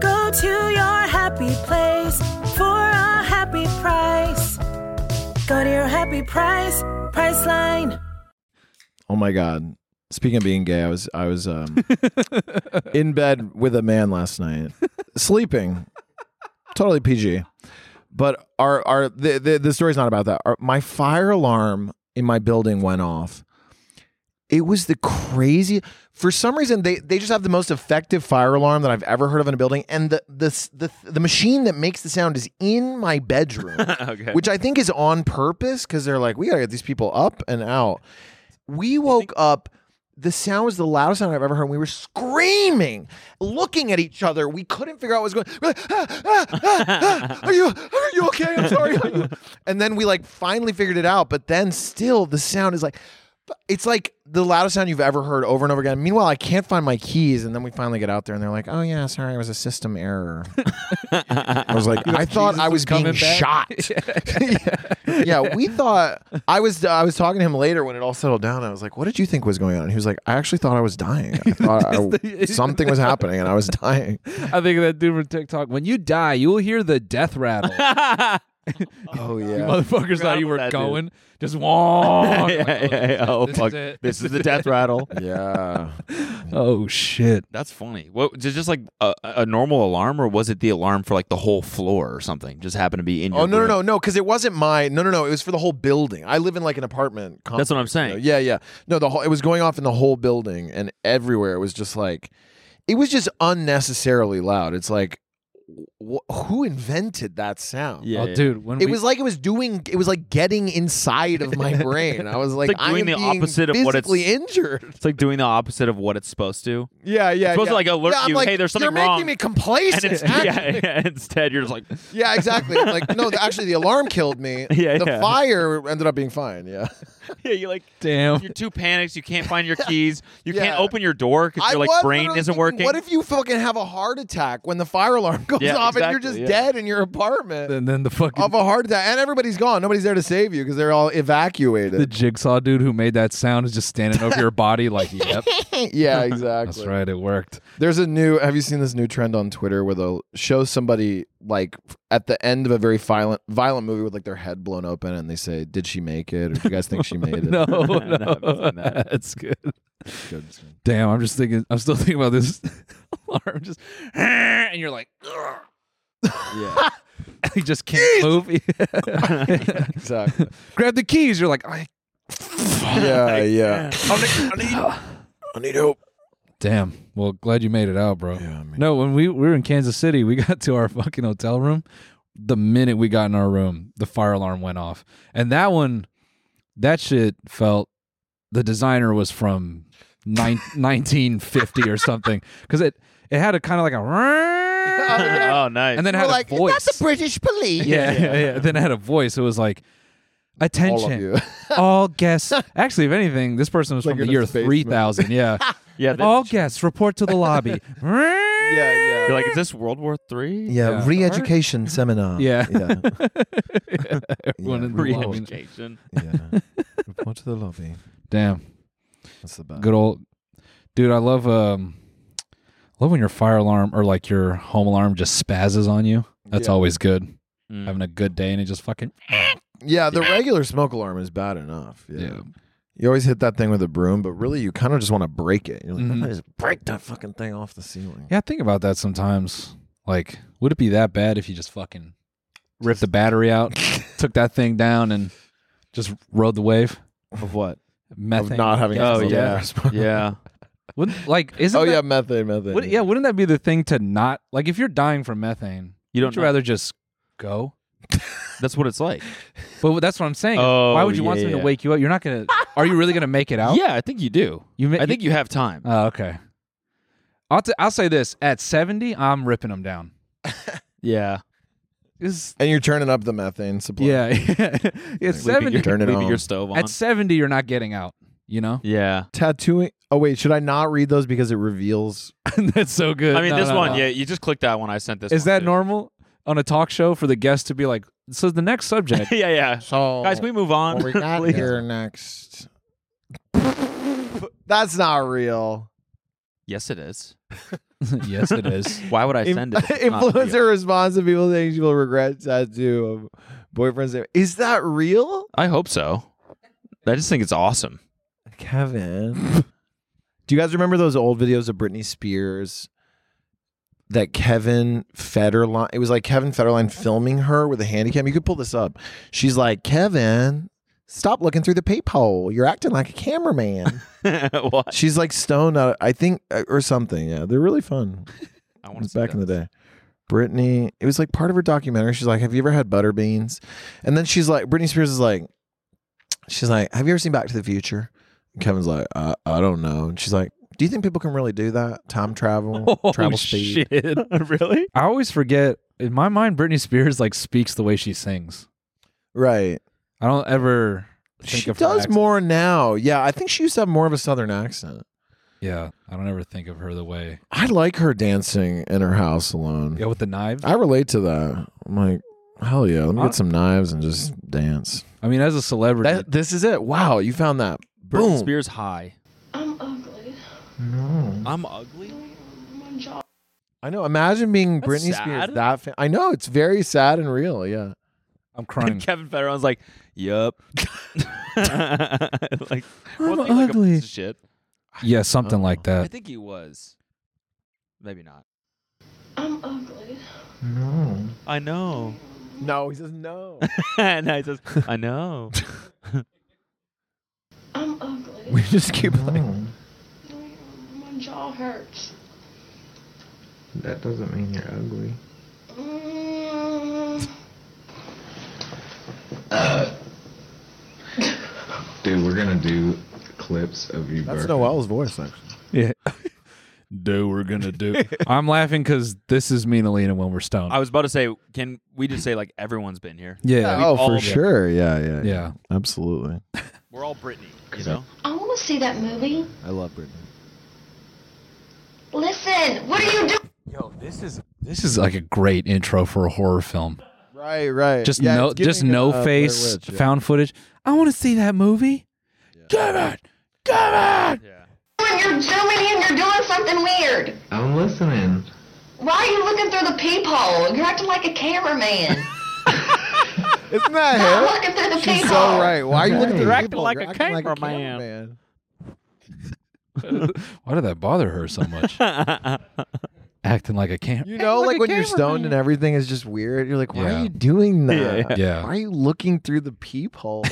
Go to your happy place for a happy price. Go to your happy price, Priceline.
Oh my god. Speaking of being gay, I was I was um, in bed with a man last night, sleeping, totally PG. But our our the the, the story's not about that. Our, my fire alarm in my building went off. It was the crazy. For some reason, they they just have the most effective fire alarm that I've ever heard of in a building, and the the s- the, the machine that makes the sound is in my bedroom
okay.
which I think is on purpose because they're like, we gotta get these people up and out. We woke up. The sound was the loudest sound I've ever heard. We were screaming, looking at each other. We couldn't figure out what was going. We're like, "Ah, ah, ah, ah, are you are you okay? I'm sorry. Are you-" And then we like finally figured it out. But then still, the sound is like, it's like the loudest sound you've ever heard over and over again. Meanwhile, I can't find my keys. And then we finally get out there, and they're like, oh yeah, sorry, it was a system error. I was like, I thought
Jesus
I
is
was being
coming back?
shot. yeah. we thought I was. I was talking to him later when it all settled down. I was like, "What did you think was going on?" And he was like, "I actually thought I was dying. I thought I, something was happening, and I was dying."
I think of that dude from TikTok. When you die, you will hear the death rattle.
Oh
You
yeah,
motherfuckers thought you
Forgot about
were
that
going. Just wong.
yeah, yeah, yeah. Oh
This is
fuck!
it.
this is the death rattle.
yeah.
Oh shit.
That's funny. What just just like a, a normal alarm, or was it the alarm for like the whole floor or something? Just happened to be in your.
Oh no no
room?
no no! Because it wasn't my no no no. It was for the whole building. I live in like an apartment. Complex,
That's what I'm saying.
you know? Yeah yeah. No, the whole it was going off in the whole building and everywhere. It was just like, it was just unnecessarily loud. It's like, wh- who invented that sound?
Yeah,
oh
yeah.
dude, when
It
we,
was like it was doing. It was like getting inside of my brain. I was like,
like doing
I am
the
being
opposite of what it's-
physically injured.
It's like doing the opposite of what it's supposed to.
Yeah, yeah.
supposed to,
yeah.
like, alert
yeah, I'm
you,
like,
"Hey, there's something
You're making
wrong."
me
And
complacent.
it's,
Act-
yeah, yeah, instead you're just like,
yeah, exactly. It's like no, the, actually, the alarm killed me.
Yeah,
the
yeah.
fire ended up being fine. Yeah,
yeah, you like,
damn.
you're too panicked. You can't find your keys. You
Yeah.
can't open your door because
I
your
was
like brain
literally
isn't
thinking,
working.
What if you fucking have a heart attack when the fire alarm goes
Yeah,
off and you're just
exactly, yeah.
dead in your apartment
And then the fucking
of a heart attack, and everybody's gone. Nobody's there to save you because they're all evacuated.
the jigsaw dude who made that sound is just standing over your body like, yep,
yeah, exactly.
that's right, it worked.
There's a new. Have you seen this new trend on Twitter where they'll show somebody like f- at the end of a very violent, violent movie with like their head blown open, and they say, "Did she make it? Or do you guys think she made it?"
No,
haven't
no
seen that.
that's good.
It's good. It's good.
Damn, I'm just thinking. I'm still thinking about this alarm. Just and you're like,
Yeah,
you just can't move.
exactly.
Grab the keys. You're like, I,
Yeah, yeah.
damn. Well, glad you made it out, bro.
Yeah, I mean-
No, when we, we were in Kansas City, we got to our fucking hotel room. The minute we got in our room, the fire alarm went off, and that one, that shit felt. The designer was from nine, 1950 or something because it it had a kind of like a
oh, nice.
and then it had a voice.
British police.
yeah, yeah, yeah. Then I had a voice. It was like, attention, all,
All of you.
guests. Actually, if anything, this person was
Like
from the
in a
year
space
three thousand. Yeah,
yeah, they-
all guests report to the lobby. yeah,
yeah,
you're like, is this World War Three?
Yeah.
re-education seminar.
Yeah.
yeah.
Everyone in the lobby.
Re-education.
yeah. Report to the lobby.
Damn,
That's the best.
good old dude. I love um, love when your fire alarm or like your home alarm just spazzes on you. That's
Yeah.
always good.
Mm.
Having a good day and it just fucking
Yeah, the regular smoke alarm is bad enough. Yeah.
Yeah.
You always hit that thing with a broom, but really you kind of just want to break it. You're like,
Mhm.
"I just break that fucking thing off the ceiling.
Yeah, I think about that sometimes. Like, would it be that bad if you just fucking ripped the battery out, took that thing down, and just rode the wave?
Of what?
Methane.
Of not having a
gas.
Oh,
smoke
yeah.
alarm.
Yeah.
Wouldn't, like, isn't
Oh
that-
yeah, methane, methane.
would- yeah, wouldn't that be the thing to not like if you're dying from methane?
You don't
Would you
know.
rather just go?
That's what it's like.
But that's what I'm saying.
Oh,
Why would you want
yeah,
someone
yeah.
to wake you up? You're not gonna. Are you really gonna make it out?
Yeah, I think you do.
You. ma-
I think you have time.
Oh, okay. I'll t- I'll say this. At 70, I'm ripping them down.
yeah.
It's-
And you're turning up the methane supply.
yeah. it's
Leaving
70.
your- Turn it
leaving
on.
your stove on.
At 70, you're not getting out, you know?
yeah.
Tattooing. Oh wait, should I not read those because it reveals?
That's so good.
I mean,
No,
this
no,
one,
no.
yeah, you just clicked that one. I sent this.
Is
one,
that
too.
normal on a talk show for the guest to be like, so the next subject?
yeah, yeah.
So
Guys, can we move on.
we got
please?
here next. That's not real.
Yes, it is.
yes, it is.
Why would I
Im-
send it? if it's not real?
influencer response to people saying she will regret tattoo of boyfriend's name. Is that real?
I hope so. I just think it's awesome.
Kevin. Do you guys remember those old videos of Britney Spears that Kevin Federline? It was like Kevin Federline filming her with a handy cam. You could pull this up. She's like, Kevin, stop looking through the peephole. You're acting like a cameraman.
what?
She's like stoned out, I think, uh, or something. Yeah, they're really fun.
I
It
want
was
to see
back in the
that.
day. Britney, it was like part of her documentary. She's like, Have you ever had butter beans? And then she's like, Britney Spears is like, She's like, Have you ever seen Back to the Future? And Kevin's like, I, I don't know. And she's like, Do you think people can really do that? Time travel, travel speed.
Shit.
really?
I always forget. In my mind, Britney Spears like speaks the way she sings.
Right.
I don't ever think
She
of her
does
accent.
more now. Yeah. I think she used to have more of a southern accent.
Yeah, I don't ever think of her the way.
I like her dancing in her house alone.
Yeah, with the knives.
I relate to that. I'm like, Hell yeah. Let me
Hon-
get some knives and just dance.
I mean, as a celebrity,
That, this is it. Wow. You found that. Boom.
Britney Spears high. I'm ugly.
I know. Imagine being
That's
Britney
sad.
Spears that. Fa- I know it's very sad and real. Yeah.
I'm
And
crying.
Kevin Federline's like, "Yup." like,
I'm
wasn't he like a
ugly. Uh,
piece of shit.
yeah, something
Oh.
like
I
that.
think he was. Maybe not. I'm ugly. No.
No, he says no.
I know. and I just, I know.
we just keep like.
My jaw hurts.
That doesn't mean you're ugly. Dude, we're gonna do clips of you.
That's
burping.
Noel's voice, actually.
Yeah. do we're gonna do. I'm laughing because this is me and Alina when we're stoned.
I was about to say, can we just say like everyone's been here?
yeah,
oh,
all
for
did.
sure. Yeah, yeah,
yeah.
Absolutely.
We're all Britney, you know.
I want to see that movie.
I love Britney.
Listen, what are you doing?
Yo, this is
This is like a great intro for a horror film.
Right, right.
Just
Yeah,
no,
it's giving
just
it,
no
uh, Blair
face,
Witch, yeah.
found footage. I want to see that movie. Give it, give it.
When you're zooming in, you're doing something weird.
I'm listening.
Why are you looking through the peephole? You're acting like a cameraman.
Isn't that
Stop
him?
looking through the
She's
peephole.
so right. Why are you looking at
You're
the
acting
people?
like
You're
a
acting
cameraman.
cameraman.
Why did that bother her so much? Acting like a camp.
You know, like when you're stoned and everything is just weird. You're like, why
Yeah.
are you doing
Yeah,
that?
yeah. Yeah.
Why are you looking through the peephole?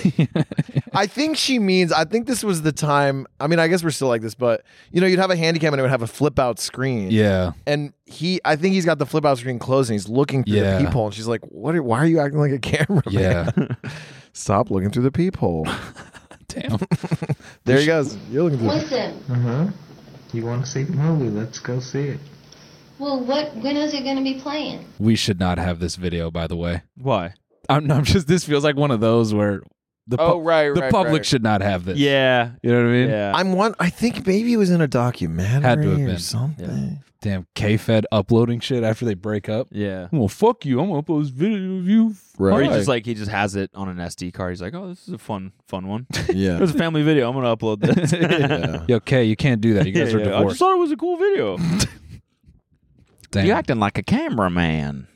I think she means. I think this was the time. I mean, I guess we're still like this, but you know, you'd have a handicap and it would have a flip out screen.
Yeah.
And he, I think he's got the flip out screen closed and he's looking through
Yeah.
the peephole. And she's like, "What? Are, why are you acting like a cameraman?
Yeah.
Stop looking through the peephole."
Damn.
there he goes. You're looking through.
Listen.
Uh huh. You want to see the movie? Let's go see it.
Well, what? When is it going to be playing?
We should not have this video, by the way.
Why?
I'm, I'm just. This feels like one of those where the
Oh, right,
the
right,
public
right.
should not have this.
Yeah.
You know what I mean?
I'm one. I think maybe it was in a documentary
Had to have
or
been.
something.
Damn K Fed uploading shit after they break up.
Yeah.
Well, fuck you. I'm gonna upload this video of you.
Or he
Hi.
just like he just has it on an SD card. He's like, oh, this is a fun, fun one.
Yeah.
it was a family video. I'm gonna upload this.
Yo, K, you can't do that. You guys
Yeah,
are
yeah. I just
divorced.
thought it was a cool video.
Damn.
You acting like a cameraman.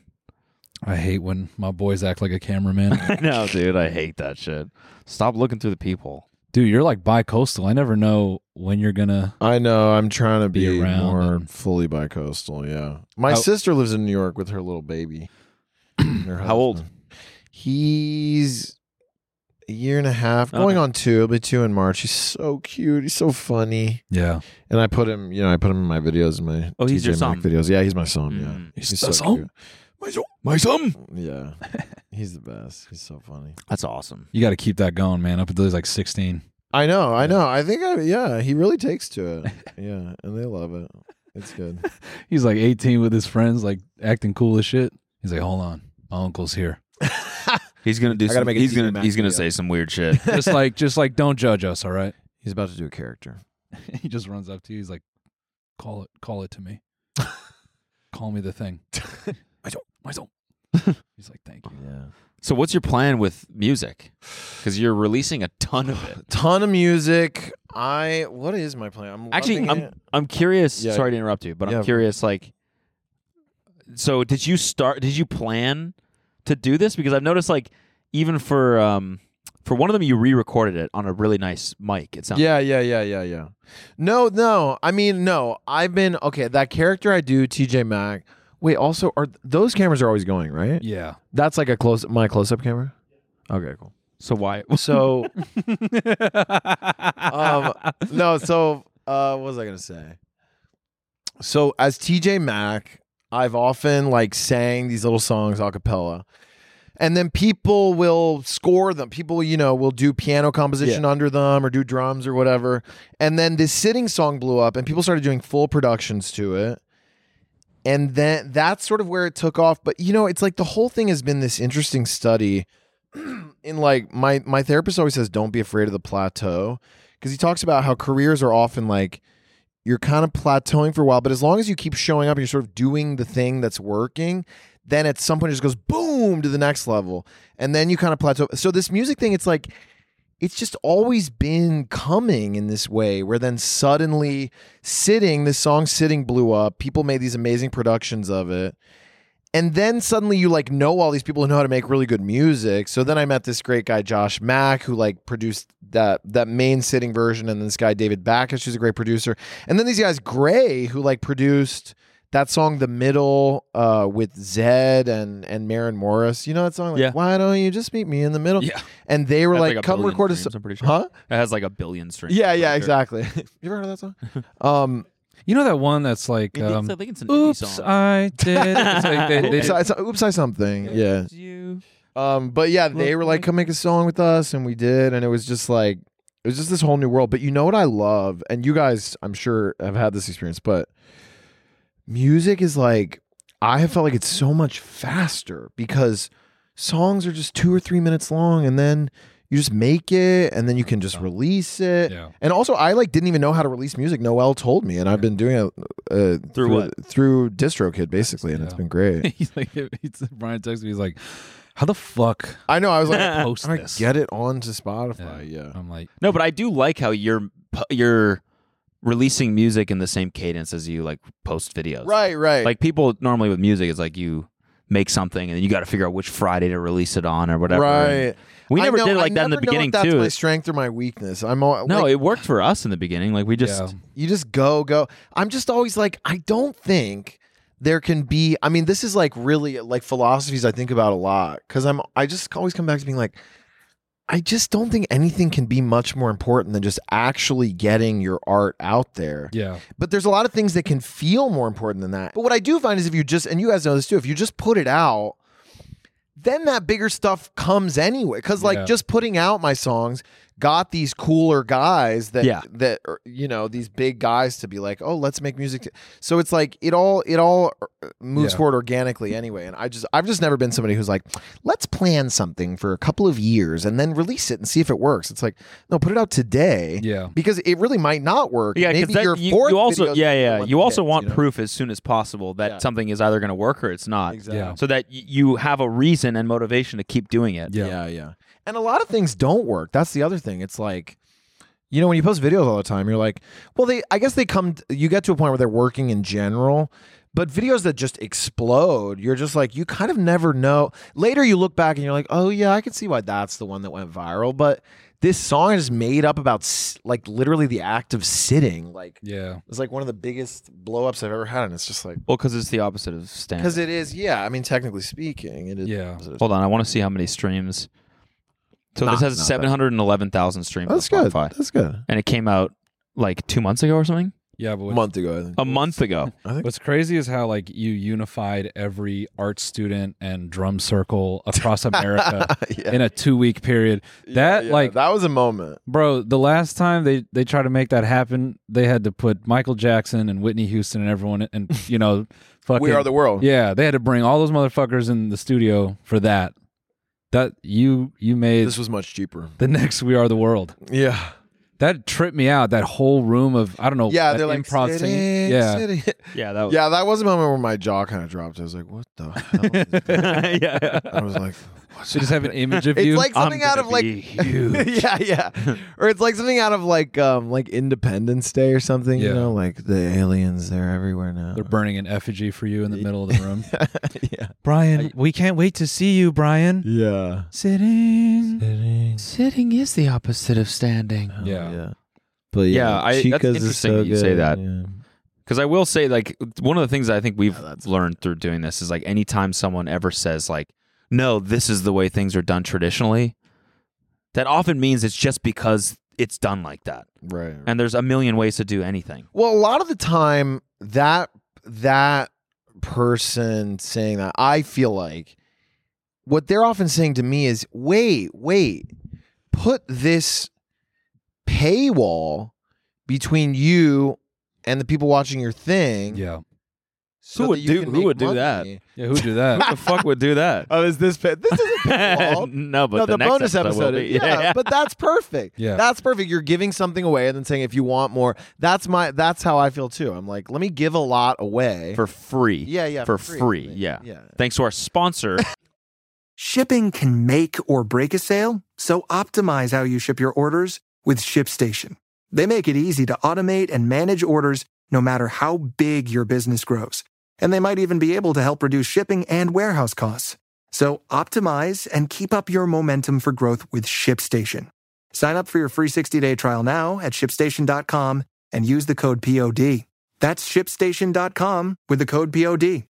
I hate when my boys act like a cameraman.
I know, dude. I hate that shit. Stop looking through the people.
Dude, you're like bi-coastal. I never know when you're gonna.
I know. I'm trying to
Be
be,
around
more fully bi-coastal. Yeah. My
How-
sister lives in New York with her little baby. How
old?
He's a year and a half, going on two. It'll be two in March. He's so cute. He's so funny.
Yeah.
And I put him, you know, I put him in my videos, my
Oh, he's
TJ
your son.
Mack videos. Yeah, he's my son. Yeah,
Mm.
he's,
the son?
cute.
My son. My son.
Yeah, he's the best. He's so funny.
That's awesome.
You got to keep that going, man. Up until he's like 16.
I know, I know. I think, I, yeah, he really takes to it. Yeah, and they love it. It's good.
He's like 18 with his friends, like acting cool as shit. He's like, hold on, my uncle's here.
He's gonna do.
I gotta
Some,
make a
he's
TJ
gonna.
Maxx
He's gonna
video.
say some weird shit.
Just like, just like, don't judge us, all right?
He's about to do a character.
He just runs up to you. He's like, call it, call it to me. call me the thing. my son, my son. he's like, thank you.
Yeah.
so, what's your plan with music? Because you're releasing a ton of it.
ton of music. I what is my plan? I'm
Actually,
loving
I'm
it.
I'm curious.
Yeah.
Sorry to interrupt you, but
Yeah.
I'm curious. Like, so did you start? Did you plan to do this? Because I've noticed, like, even for um for one of them, you re-recorded it on a really nice mic. It sounds.
yeah, yeah, yeah, yeah, yeah. No, no. I mean, no. I've been okay. That character I do, TJ Mack. Wait, also, are those cameras are always going right?
Yeah.
That's like a close my close up camera. Okay, cool.
So why?
So, um, no. So, uh, what was I gonna say? So, as TJ Mack, I've often like sang these little songs a cappella, and then people will score them. People, you know, will do piano composition under them or do drums or whatever. And then this sitting song blew up, and people started doing full productions to it. And then that's sort of where it took off. But you know, it's like the whole thing has been this interesting study in like my my therapist always says don't be afraid of the plateau because he talks about how careers are often like you're kind of plateauing for a while but as long as you keep showing up and you're sort of doing the thing that's working then at some point it just goes boom to the next level and then you kind of plateau so this music thing it's like it's just always been coming in this way where then suddenly sitting this song sitting blew up people made these amazing productions of it and then suddenly you like know all these people who know how to make really good music. So then I met this great guy Josh Mack who like produced that that main sitting version, and this guy David Backus who's a great producer, and then these guys Gray who like produced that song The Middle uh, with Zed and and Maren Morris. You know that song? Like,
Yeah.
Why don't you just meet me in the middle?
Yeah.
And they were
That's
like,
like a
come
billion
record a
streams,
song.
I'm pretty sure.
Huh?
It has like a billion streams.
Yeah, yeah,
Pretty sure.
exactly. you ever heard of that song? Um,
You know that one that's like,
I think
um,
so. I think it's an indie
oops,
Uh,
song.
I did. it." It's like they- they-
oops, I, oops, I something. Yeah.
You.
Um, but yeah, they were like, "Come make a song with us," and we did, and it was just like it was just this whole new world. But you know what I love, and you guys, I'm sure, have had this experience, but music is like I have felt like it's so much faster because songs are just two or three minutes long, and then you just make it, and then you can just release it.
Yeah.
And also, I like didn't even know how to release music. Noel told me, and I've been doing it uh, through,
what?
Through DistroKid, basically, and it's been great.
he's like, he's, Brian texted me. He's like, "How the fuck?"
I know. I was like,
post
I'm gonna
this.
get it onto Spotify. Yeah,
Oh,
I'm like,
No, but I do like how you're pu- you're releasing music in the same cadence as you like post videos.
Right, right.
Like people normally with music is like you make something and then you got to figure out which Friday to release it on or whatever.
right.
And We
I
never
know-
did it
I
like that in the
never know if
beginning
that's
too.
my strength or my weakness. I'm all,
no,
like,
it worked for us in the beginning. Like we just
You just go, go. I'm just always like, I don't think there can be. I mean, this is like really like philosophies I think about a lot because I'm, I just always come back to being like, I just don't think anything can be much more important than just actually getting your art out there.
Yeah.
But there's a lot of things that can feel more important than that. But what I do find is if you just, and you guys know this too, if you just put it out, then that bigger stuff comes anyway. Cause like
Yeah.
just putting out my songs got these cooler guys that,
Yeah.
that, are, you know, these big guys to be like, oh, let's make music. t-" So it's like, it all, it all uh, moves
Yeah.
forward organically anyway. And I just, I've just never been somebody who's like, let's plan something for a couple of years and then release it and see if it works. It's like, no, put it out today.
Yeah.
Because it really might not work.
yeah,
Maybe
because you,
your fourth
you also
video's
yeah
the
yeah
one
you
that
also
hits,
want
you know?
proof as soon as possible that something is either going to work or it's not.
Exactly. Yeah.
So that y- you have a reason and motivation to keep doing it.
Yeah, yeah. And a lot of things don't work. That's the other thing. It's like, you know, when you post videos all the time, you're like, well, they, I guess they come, t- you get to a point where they're working in general, but videos that just explode, you're just like, you kind of never know. Later, you look back and you're like, oh, yeah, I can see why that's the one that went viral. But this song is made up about s- like literally the act of sitting. Like,
yeah.
it's like one of the biggest blow ups I've ever had. And it's just like,
Well, because it's the opposite of stand.
because it is, yeah. I mean, technically speaking, it is.
Yeah.
Hold on, I want to see how many streams. So
Not-
this has
not bad.
seven hundred and eleven thousand streams.
That's
on
good.
Spotify.
That's good.
And it came out like two months ago or something.
Yeah, but
A
what's,
month ago, I
Oh,
think.
A month ago.
what's crazy is how like you unified every art student and drum circle across America
Yeah.
in a two week period. That
Yeah,
like
that was a moment.
Bro, the last time they they tried to make that happen, they had to put Michael Jackson and Whitney Houston and everyone and you know, fucking
Are the World.
Yeah, they had to bring all those motherfuckers in the studio for that. That you you made
This was much cheaper.
the next We Are the World.
Yeah.
That tripped me out. That whole room of I don't know.
Yeah,
that
they're like
improv
"City,
scene. Yeah,
city."
Yeah, that was.
yeah, that was a moment where my jaw kind of dropped. I was like, "What the?" hell is
Yeah.
that?"
yeah.
I was like, "What's
They just have an image of
It's
you.
like something
I'm
out of
gonna
like,
be huge.
yeah, yeah, or it's like something out of like, um, like Independence Day or something. You
Yeah.
know, like the aliens, they're everywhere now.
They're burning an effigy for you in the middle of the room.
yeah,
Brian, we can't wait to see you, Brian.
yeah,
Sitting.
Sitting is the opposite of standing.
Oh, Yeah.
yeah. But yeah,
Yeah, I- that's
Chica's is
interesting
so
that you say
good,
that.
yeah.
Because I will say, like, one of the things I think we've learned through doing this is like, anytime someone ever says, like, no, this is the way things are done traditionally, that often means it's just because it's done like that.
Right. right.
And there's a million ways to do anything.
Well, a lot of the time that that person saying that, I feel like what they're often saying to me is, "Wait, wait. Put this paywall between you and the people watching your thing."
Yeah.
so
Who would
that you
do-
can
who
make
would do that?
money."
Yeah. Who'd do that?
Who the fuck would do that?
Oh, is this pay- this is a paywall?
no, but
no,
the,
the,
next
bonus episode.
will be.
is- yeah, but that's perfect.
Yeah.
that's perfect. You're giving something away and then saying if you want more. That's my. That's how I feel too. I'm like, let me give a lot away
for free.
Yeah, yeah,
For
free.
free.
Free.
Yeah.
Yeah.
Thanks to our sponsor.
Shipping can make or break a sale, so optimize how you ship your orders with ShipStation. They make it easy to automate and manage orders no matter how big your business grows. And they might even be able to help reduce shipping and warehouse costs. So optimize and keep up your momentum for growth with ShipStation. Sign up for your free 60-day trial now at shipstation.com and use the code POD. That's shipstation.com with the code POD.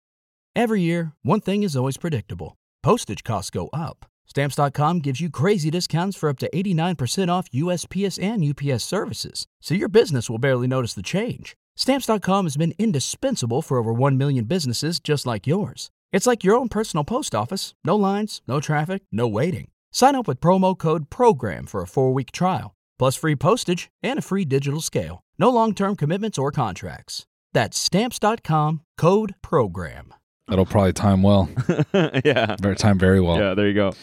Every year, one thing is always predictable postage costs go up. Stamps.com gives you crazy discounts for up to 89% off USPS and UPS services, so your business will barely notice the change. Stamps.com has been indispensable for over 1 million businesses just like yours. It's like your own personal post office no lines, no traffic, no waiting. Sign up with promo code PROGRAM for a four week trial, plus free postage and a free digital scale. No long term commitments or contracts. That's stamps.com code PROGRAM.
That'll probably time well.
yeah.
Very time very well.
Yeah, there you go.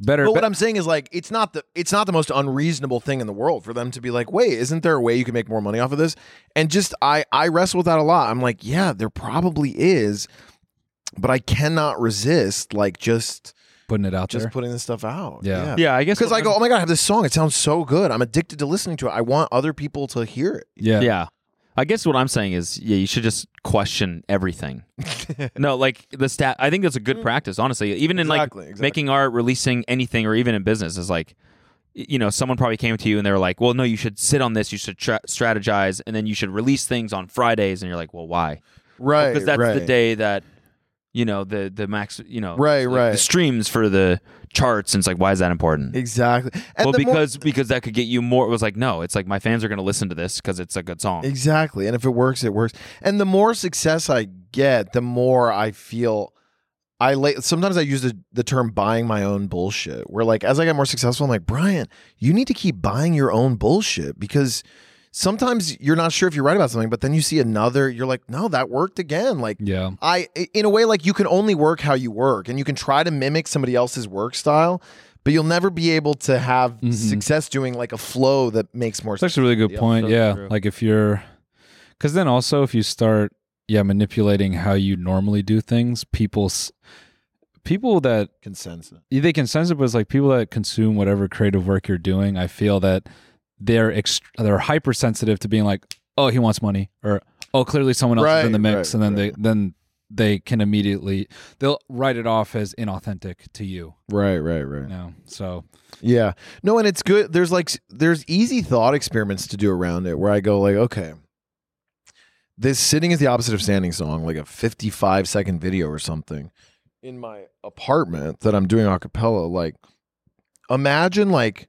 better.
But what I'm saying is like it's not the it's not the most unreasonable thing in the world for them to be like, wait, isn't there a way you can make more money off of this? And just I I wrestle with that a lot. I'm like, yeah, there probably is, but I cannot resist like just
putting it out
just
there.
putting this stuff out.
Yeah.
Yeah, I guess
because
what
I go,
I'm-
oh my god, I have this song. It sounds so good. I'm addicted to listening to it. I want other people to hear it.
Yeah.
Yeah. I guess what I'm saying is, yeah, you should just question everything. no, like the stat. I think that's a good practice, honestly. Even in
Exactly,
like
exactly.
making art, releasing anything, or even in business, is like, y- you know, someone probably came to you and they were like, "Well, no, you should sit on this. You should tra- strategize, and then you should release things on Fridays." And you're like, "Well, why?"
Right,
because that's the
right.
day that you know the the max. You know,
Right,
like, The
right.
streams for the charts, and it's like, why is that important?
Exactly. And
well,
the more-
because because that could get you more. It was like, no, it's like my fans are going to listen to this because it's a good song.
Exactly. And if it works, it works. And the more success I get, the more I feel I la- sometimes I use the, the term buying my own bullshit. Where like as I get more successful, I'm like, Brian, you need to keep buying your own bullshit because sometimes you're not sure if you're right about something, but then you see another, you're like, no, that worked again. Like
yeah.
I in a way like you can only work how you work and you can try to mimic somebody else's work style, but you'll never be able to have success doing like a flow that makes more
It's actually a really good point. Yeah. Like if you're, because then also if you start, yeah, manipulating how you normally do things, people, s- people that
consensus.
Yeah, they can sense it, but it's like people that consume whatever creative work you're doing. I feel that they're ext- they're hypersensitive to being like, oh, he wants money, or oh, clearly someone else is in the
Right,
mix, and then they then they can immediately they'll write it off as inauthentic to you.
Right, right, right.
No, so
Yeah. No, and it's good. There's like s- there's easy thought experiments to do around it where I go like, okay, this sitting is the opposite of standing song, like a 55 second video or something in my apartment that I'm doing a cappella. Like, imagine like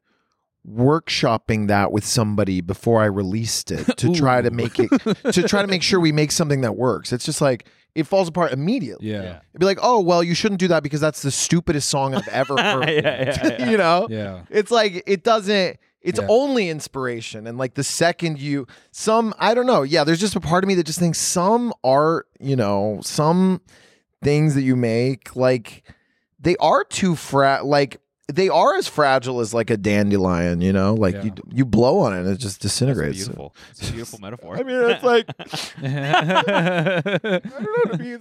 workshopping that with somebody before I released it to try to make it to try to make sure we make something that works. It's just like it falls apart immediately.
Yeah. Yeah.
It'd be like, oh well, you shouldn't do that because that's the stupidest song I've ever heard. you know?
Yeah.
It's like it doesn't it's
Yeah.
only inspiration and like the second you some I don't know. Yeah, there's just a part of me that just thinks some art, you know, some things that you make like they are too fra like they are as fragile as like a dandelion, you know? Like you you blow on it and it just disintegrates.
beautiful. It's a beautiful metaphor.
I mean, it's like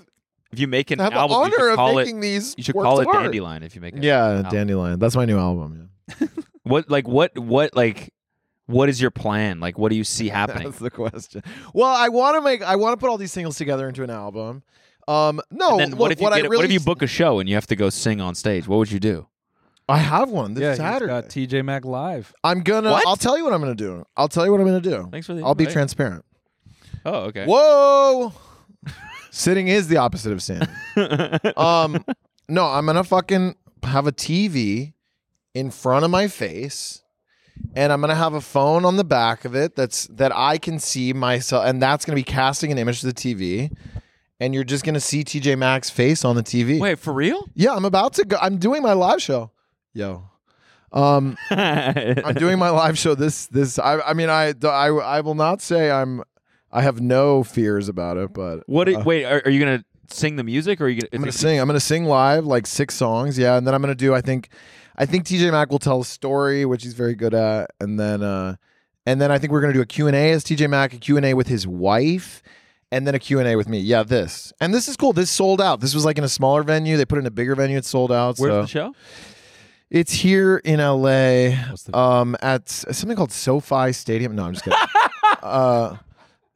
if you make an
have the
album, you
honor
should
of
call
making
it,
these
You should
works
call
of
it
art.
Dandelion if you make it.
Yeah, dandelion. That's my new album. Yeah.
What like what what like what is your plan? Like what do you see happening?
That's the question. Well, I want to make I want to put all these singles together into an album. Um no,
And then Oh, what,
look,
if you
I
get it-
really
what if you book a show and you have to go sing on stage? What would you do?
I have one this
yeah,
Saturday.
he's got TJ Mac live.
I'm gonna.
What?
I'll tell you what I'm gonna do. I'll tell you what I'm gonna do.
Thanks for the
I'll be
invite.
transparent.
Oh, okay.
Whoa. Sitting is the opposite of standing. um, no, I'm gonna fucking have a TV in front of my face, and I'm gonna have a phone on the back of it that's that I can see myself, and that's gonna be casting an image to the TV, and you're just gonna see TJ Maxx face on the TV.
Wait, for real?
Yeah, I'm about to go. I'm doing my live show. Yo. Um, I'm doing my live show. This this I I mean I I I will not say I'm I have no fears about it, but
What? i-
uh,
wait, are, are you gonna sing the music or are you gonna?
I'm gonna sing. I'm gonna sing live like six songs. Yeah, and then I'm gonna do. I think I think TJ Mack will tell a story, which he's very good at, and then uh and then I think we're gonna do a Q and A as TJ Mack, a Q and A with his wife. And then a Q&A with me. Yeah, this. And this is cool. This sold out. This was like in a smaller venue. They put it in a bigger venue. It sold out.
Where's
so.
the show?
It's here in LA um, at s- something called SoFi Stadium. No, I'm just kidding. uh,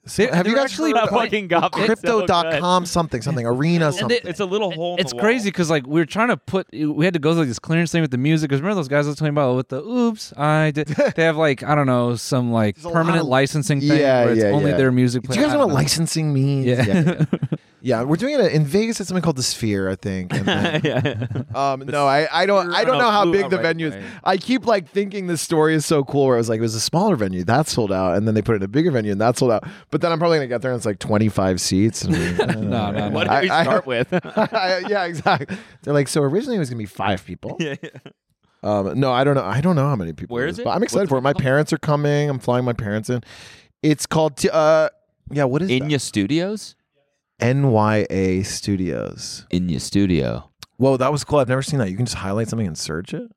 so- have you
they're actually
actually heard of-
fucking got me so
crypto.com something, something, arena
And
something?
they-
It's a little hole. in
it's
the wall.
crazy because like we were trying to put we had to go through like, this clearance thing with the music because remember those guys I was talking about with the oops I did they have like I don't know some like
a lot
permanent
of-
licensing thing
Yeah,
where it's
yeah,
only
yeah.
their music.
Do
Play.
you guys
I
know
don't
what licensing means?
Yeah.
yeah, yeah. Yeah, we're doing it in Vegas at something called the Sphere, I think. And then- um, no, I, I don't I don't
No,
know how
flew
big
out
the
right
venue is.
away.
I keep like thinking this story is so cool where it was like it was a smaller venue that sold out, and then they put it in a bigger venue and that sold out. But then I'm probably gonna get there and it's like 25 seats. And,
No, no, no.
What did we
I- I-
start with?
I- yeah, exactly. They're like, so originally it was gonna be five people.
yeah, yeah.
Um, no, I don't know. I don't know how many people.
Where
it
is it?
But I'm
What's
excited
it
for it. My
called?
parents are coming. I'm flying my parents in. It's called. T- uh, yeah, what is
In
that?
your studios?
NYA Studios.
In your studio.
Whoa, that was cool. I've never seen that. You can just highlight something and search it.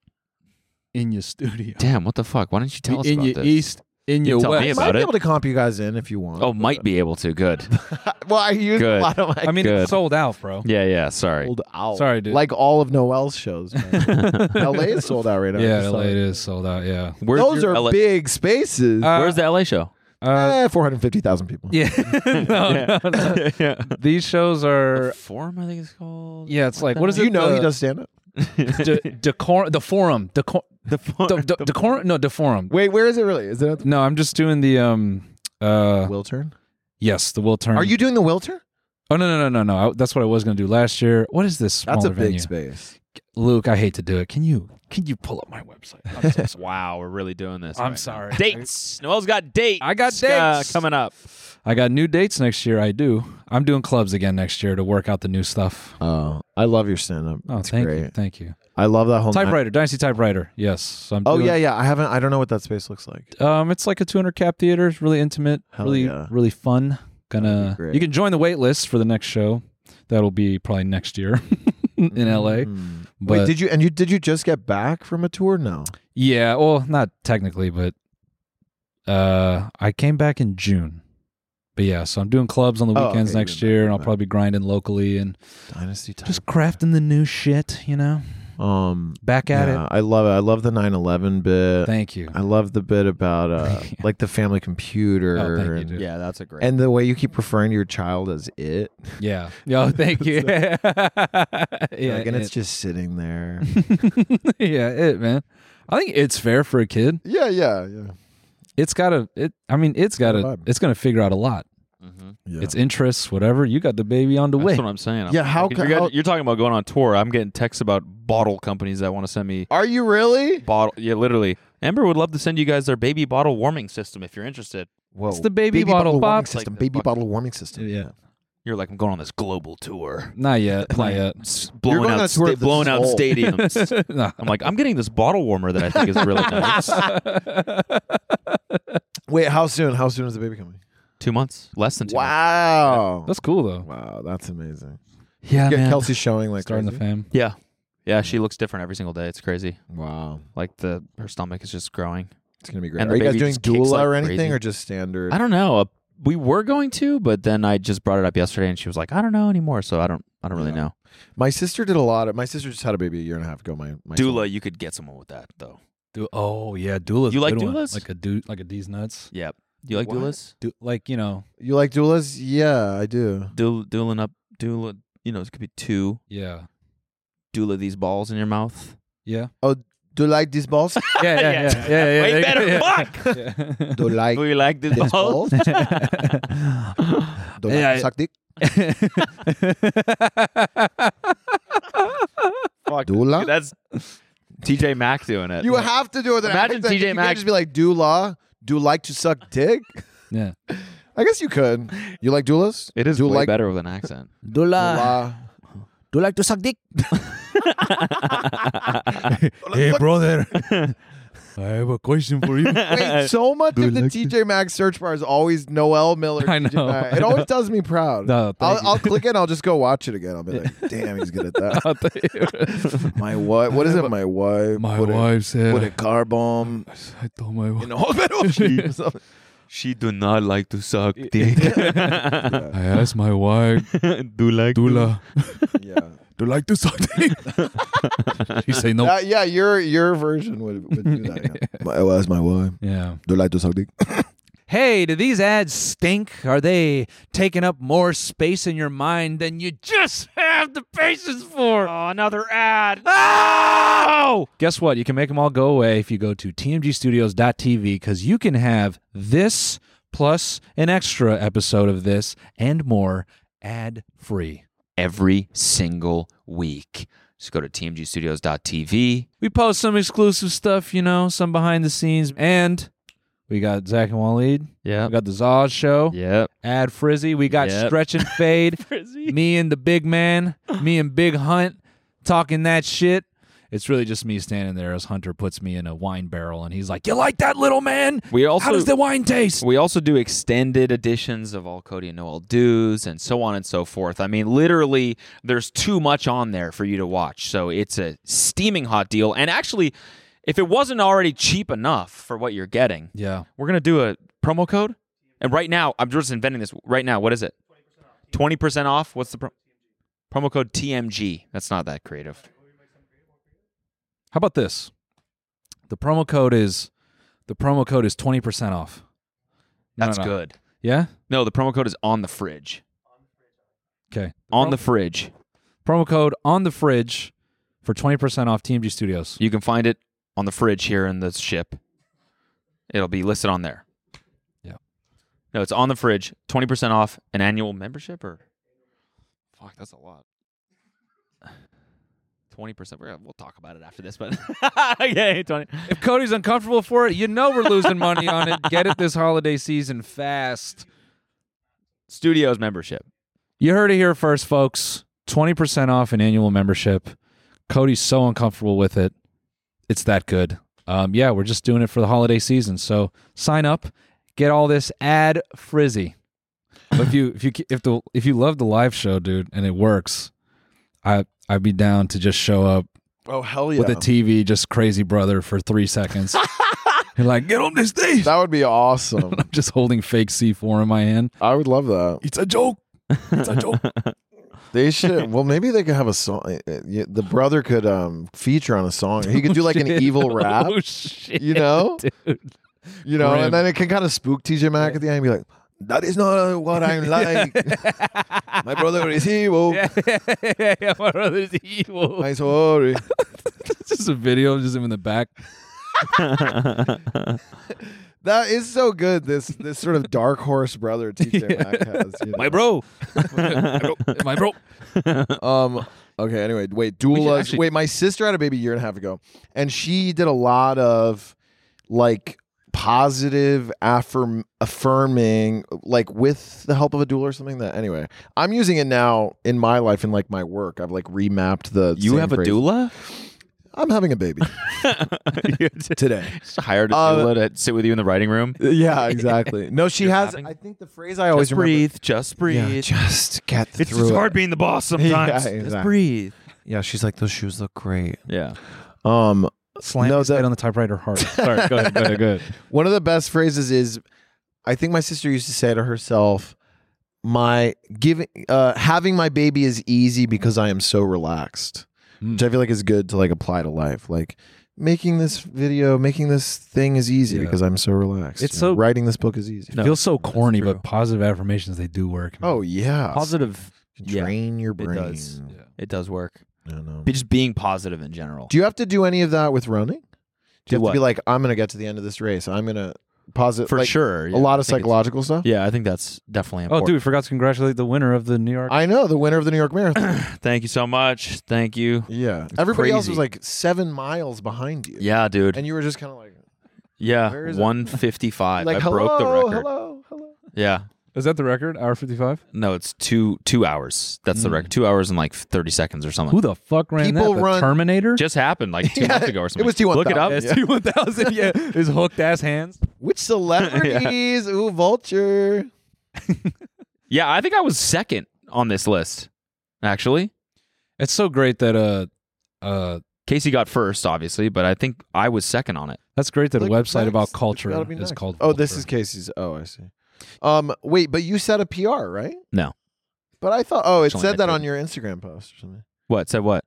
in your studio.
Damn, what the fuck? Why don't you tell us
in
about
your
this?
east, in
You
your
tell me
west.
about
Might be
it.
able to
comp you guys in if you want.
Oh, might be able to. Good.
well, I use
Good.
a lot of my.
I mean,
Good.
it's sold out, bro.
Yeah, yeah. Sorry.
sold out.
Sorry, dude.
Like all of Noel's shows. man. LA is sold out right now. I
yeah,
just
LA
saw
it
it.
is sold out. Yeah.
Where's
Those
your
are
LA
big spaces.
Uh,
Where's the LA show?
Uh,
Eh, 450,000 people.
yeah. no, no, no.
yeah.
These shows are.
Forum, I think it's called.
Yeah, it's like
the
what is
Do
it?
you know
the,
he does stand up?
de- decor the forum decor
The forum.
de- de- decor no deforum.
Wait, where is it really? Is it at the
No, I'm just doing the um uh
Wiltern?
yes the will turn.
Are you doing the Wiltern?
Oh no no no no no! I, that's what I was gonna do last year. What is this?
That's a
smaller
big
venue?
space.
Luke, I hate to do it. Can you can you pull up my website? I'm so sorry.
wow, we're really doing this.
I'm
right
sorry.
now. Dates. Noel's got dates.
I got
uh,
dates.
coming up.
I got new dates next year. I do. I'm doing clubs again next year to work out the new stuff.
Oh, I love your stand up.
Oh,
it's
thank
great.
you, thank you.
I love that whole night.
typewriter, Dynasty Typewriter. Yes. So I'm
Oh
doing-
yeah, yeah. I haven't. I don't know what that space looks like.
Um, it's like a 200 cap theater. It's really intimate,
Hell
really,
yeah.
really fun.
That'd
Gonna
be great.
you can join the wait list for the next show. That'll be probably next year in LA.
Mm.
But
Wait, did you and you did you just get back from a tour? No.
yeah, well, not technically, but uh, I came back in June. But yeah, so I'm doing clubs on the
Oh,
weekends
okay, you
next
went back,
year,
you
and I'll
went back.
probably be grinding locally and
Dynasty Type.
just crafting the new shit. You know,
um
back at
yeah, I love it. I love the 9/11 bit.
it. Thank you.
I love the bit about uh like the family computer
Oh, thank you,
and,
dude.
Yeah, that's a great.
and the way you keep referring to your child as it.
Yeah. Yo, thank you. yeah,
like, and it's
it.
just sitting there.
yeah, it man. I think it's fair for a kid.
yeah, yeah, yeah.
it's got to it i mean it's got
Got a
to
vibe.
it's going to figure out a lot
Yeah.
its interests whatever you got the baby on the
That's
way
what I'm saying. I'm
Yeah, how
you're,
ca-
guys-
how-
you're talking about going on tour. I'm getting texts about bottle companies that want to send me
Are you really?
bottle. Yeah, literally. Amber would love to send you guys their baby bottle warming system if you're interested.
Whoa.
It's the baby bottle
warming
pop.
system.
Like the
baby
fucking-
bottle warming system.
Yeah.
You're like, I'm going on this global tour,
not yet not yet
S- blowing
going on a
out,
tour
sta-
of the
blowing out
soul.
stadiums.
Nah.
I'm like, I'm getting this bottle warmer that I think is really nice.
Wait, how soon? How soon is the baby coming?
two months, less than two. months.
Wow.
that's cool though
Wow, that's amazing.
Yeah,
Yeah,
man.
Kelsey's showing like
starting the
crazy.
fam
Yeah, yeah. She looks different every single day. It's crazy.
Wow,
Like the her stomach is just growing.
it's gonna be great.
And
Are
the
you guys
baby
doing
just kicks
doula
like
or anything,
crazy.
or just standard?
I don't know. Uh, we were going to, but then I just brought it up yesterday, and she was like, "I don't know anymore." So I don't, I don't really
Yeah.
know.
My sister did a lot of. My sister just had a baby a year and a half ago. My, my son.
you could get someone with that though.
Du- oh yeah doulas
You
a
like
good one.
doulas?
like a dude like a these nuts
Yep. Do you like
What?
doulas?
Du- like you know
You like doulas? Yeah, I do.
Doul- douling up, doula. You know, it could be two
yeah
doula these balls in your mouth.
yeah
Do you like these balls?
yeah yeah yeah yeah, yeah, yeah,
Way better.
yeah.
do you like
Do you like these
these
balls?
balls? do you like
Yeah, I-
suck dick?
Fuck,
Doula?
That's TJ Mack doing it.
You have to do it. with an
Imagine
accent.
TJ
You can't
Maxx-
just be like doula. Do you like to suck dick?
yeah.
I guess you could. You like doulas?
It is
Do you
way
like
better with an accent.
doula?
do you like to suck dick hey brother i have a question for you
Wait, so much
Do you
of the
like
TJ Maxx search bar is always Noel Miller.
I
TJ
know.
Maxx. It always does me proud.
No, thank
I'll,
you.
I'll click it. and I'll just go watch it again. I'll be like, damn, he's good at that.
I'll tell you.
My wife. What is it? My wife.
My
put
wife
A,
said,
put a car bomb
I, I told my wife,
in a hospital. sheet."
She do not like to suck dick.
I asked my wife,
do like
Dula,
yeah.
do you like to suck dick? she say no.
That- Uh, yeah. Your your version would, would do that. Yeah. My, it was my wife.
yeah.
Do you like to suck dick?
Hey, do these ads stink? Are they taking up more space in your mind than you just have the patience for? Oh, another ad. Oh!
Guess what? You can make them all go away if you go to tmgstudios.tv because you can have this plus an extra episode of this and more ad free.
every single week. Just go to tmgstudios.tv.
We post some exclusive stuff, you know, some behind the scenes, and we got Zach and Waleed.
Yeah.
We got the Zaw Show.
Yep.
Ad Frizzy. We got
Yep.
Stretch and Fade. me and the big man, me and Big Hunt talking that shit. It's really just me standing there as Hunter puts me in a wine barrel and he's like, You like that little man?
We also
How does the wine taste?
we also do extended editions of all Cody and Noel do's and so on and so forth. I mean, literally, there's too much on there for you to watch. So it's a steaming hot deal. And actually, if it wasn't already cheap enough for what you're getting,
Yeah.
we're gonna do a promo code. And right now, I'm just inventing this right now. What is it? Twenty percent off. What's the pro- promo code? TMG. That's not that creative.
How about this? The promo code is the promo code is twenty percent off. No,
That's
no, no.
good.
Yeah.
No, the promo code is on the fridge.
Okay.
on the fridge.
Promo code on the fridge for twenty percent off TMG Studios.
You can find it on the fridge here in the ship. It'll be listed on there.
Yeah.
No, it's on the fridge. Twenty percent off an annual membership, or fuck, that's a lot. Twenty percent. We'll talk about it after this, but yeah, twenty.
If Cody's uncomfortable for it, you know we're losing money on it. Get it this holiday season fast.
Studios membership.
You heard it here first, folks. Twenty percent off an annual membership. Cody's so uncomfortable with it. It's that good. Um, yeah, we're just doing it for the holiday season. So sign up, get all this ad frizzy. But if you if you if the if you love the live show, dude, and it works, I I'd be down to just show up.
Oh, hell
With a
yeah.
TV, just crazy brother for three seconds. You're like, get on this stage.
That would be awesome.
I'm just holding fake C4 in my hand.
I would love that.
It's a joke. It's a joke.
They should. Well, maybe they could have a song. uh, uh, yeah, The brother could um feature on a song. He could do like an
Shit.
evil rap.
Oh, shit,
you know,
dude.
you know,
Grim.
and then it can kind of spook TJ Mack at the end and be like, "That is not uh, what I'm like. My brother is evil.
yeah, my brother's evil.
I'm sorry."
just a video of just him in the back.
That is so good. This this sort of dark horse brother TJ Mack has. you
My
know.
bro.
My bro.
Um. Okay. Anyway, wait. Doulas.
actually-
wait. My sister had a baby a year and a half ago, and she did a lot of like positive affirm affirming like with the help of a doula or something that anyway i'm using it now in my life in like my work i've like remapped the
You
same
have a
phrase.
doula?
i'm having a baby today
Just hired a
Uh,
doula to sit with you in the writing room.
yeah exactly no she
You're
has
having-
i think the phrase i always
just
remember
breathe. Just
Yeah,
breathe.
just get
it's
through
just
it.
hard being the boss sometimes.
exactly.
Just breathe.
yeah she's like those shoes look great
Yeah.
um
Slam
No,
his
that-
head on the typewriter hard. Sorry, go ahead, go ahead, go ahead.
One of the best phrases is, I think my sister used to say to herself, "My giving, uh, having my baby is easy because I am so relaxed,"
Mm.
Hmm.
which I feel like is good to like apply to life. Like making this video, making this thing is easy
Yeah.
because I'm so relaxed.
It's
You know,
so-
writing this book is easy.
Feels so corny,
true.
but positive affirmations they do work. man.
Oh yeah,
Positive. Yeah,
Train your
it
brain.
does. It does work.
I don't know.
Be- Just being positive in general.
Do you have to do any of that with running? Do you
Do
have
what?
to be like, I'm gonna get to the end of this race. I'm gonna positive
For
like,
sure. yeah.
A lot of
I think it's-
psychological stuff.
Yeah, I think that's
Oh,
definitely important.
dude, we forgot to congratulate the winner of the New York.
I know the winner of the New York Marathon.
Thank you so much. Thank you.
Yeah. Everybody else was
crazy.
like seven miles behind you.
Yeah, dude.
And you were just kind of like, where
yeah,
is it?
155.
like
I
hello,
broke the record.
hello, hello.
Yeah.
Is that the record? Hour fifty-five.
No, it's two two hours. That's
Hmm.
the record. Two hours and like 30 seconds or something.
Who the fuck ran
People
that? The
run-
Terminator.
Just happened like two
Yeah,
months ago or
it
something.
was T1000.
Look it up.
Yes.
T one thousand. Yeah, his hooked ass hands.
Which celebrities? Ooh, vulture.
Yeah, I think I was second on this list, actually.
It's so great that uh uh
Casey got first, obviously, but I think I was second on it.
that's great that
Like,
a website
next.
about
It's
culture
gotta be
is
next.
called.
Oh, this
Vulture.
is Casey's. Oh, I see. Um, wait, but you set a PR, right?
No.
But I thought, oh, it
Actually, I
said that on
didn't.
your Instagram post or something.
What said what?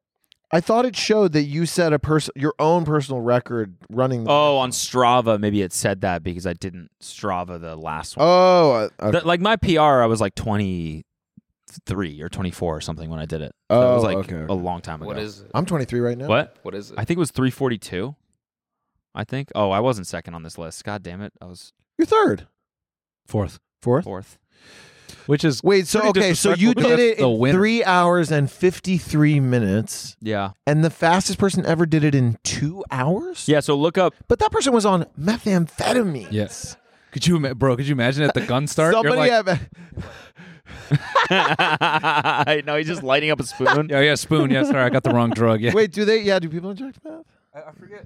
I thought it showed that you set a person, your own personal record running. the-
Oh, on Strava, maybe it said that because I didn't Strava the last one.
oh, uh, okay.
That- like my PR, I was like twenty three or twenty four or something when I did it. So it
Oh,
was like
okay, okay.
a long time ago.
What is it?
I'm 23 right now.
What?
What is it?
I think it was three forty two. I think. Oh, I wasn't second on this list. God damn it, I was
You're third,
fourth,
fourth.
fourth.
which is
Wait, so
Pretty
okay, so you
disrespectful
did
to
it
the
in
winner.
three hours and 53 minutes.
Yeah,
and the fastest person ever did it in two hours.
yeah. So look up.
but that person was on methamphetamine.
yes. Could you, ima- bro? Could you imagine at the gun start? you're
Somebody
like,
have
I know he's just lighting up a spoon.
Oh, yeah, yeah, spoon. Yeah, sorry, I got the wrong drug. Yeah,
wait. Do they? Yeah. Do people inject meth?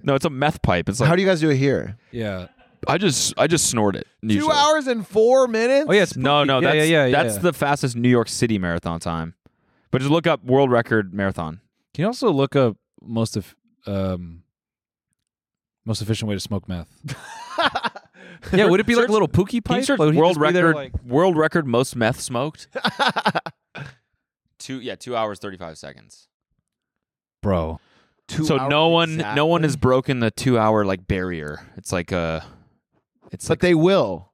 No, it's a meth pipe. It's like
How do you guys do it here?
yeah.
I just I just snort it.
Two
usually.
hours and four minutes.
Oh yeah, it's
No,
yeah,
no, that's
yeah, yeah,
that's
yeah.
the fastest New York City marathon time. But just look up world record marathon.
Can you also look up most of um Most efficient way to smoke meth. yeah, would it be like
Search-
a little pookie
Can you
pipe?
search
Or would he
world
just be there,
record
like-
world record most meth smoked. two yeah, two hours thirty five seconds.
bro.
so no one no one has broken the two hour like barrier. It's like a it's
but they will.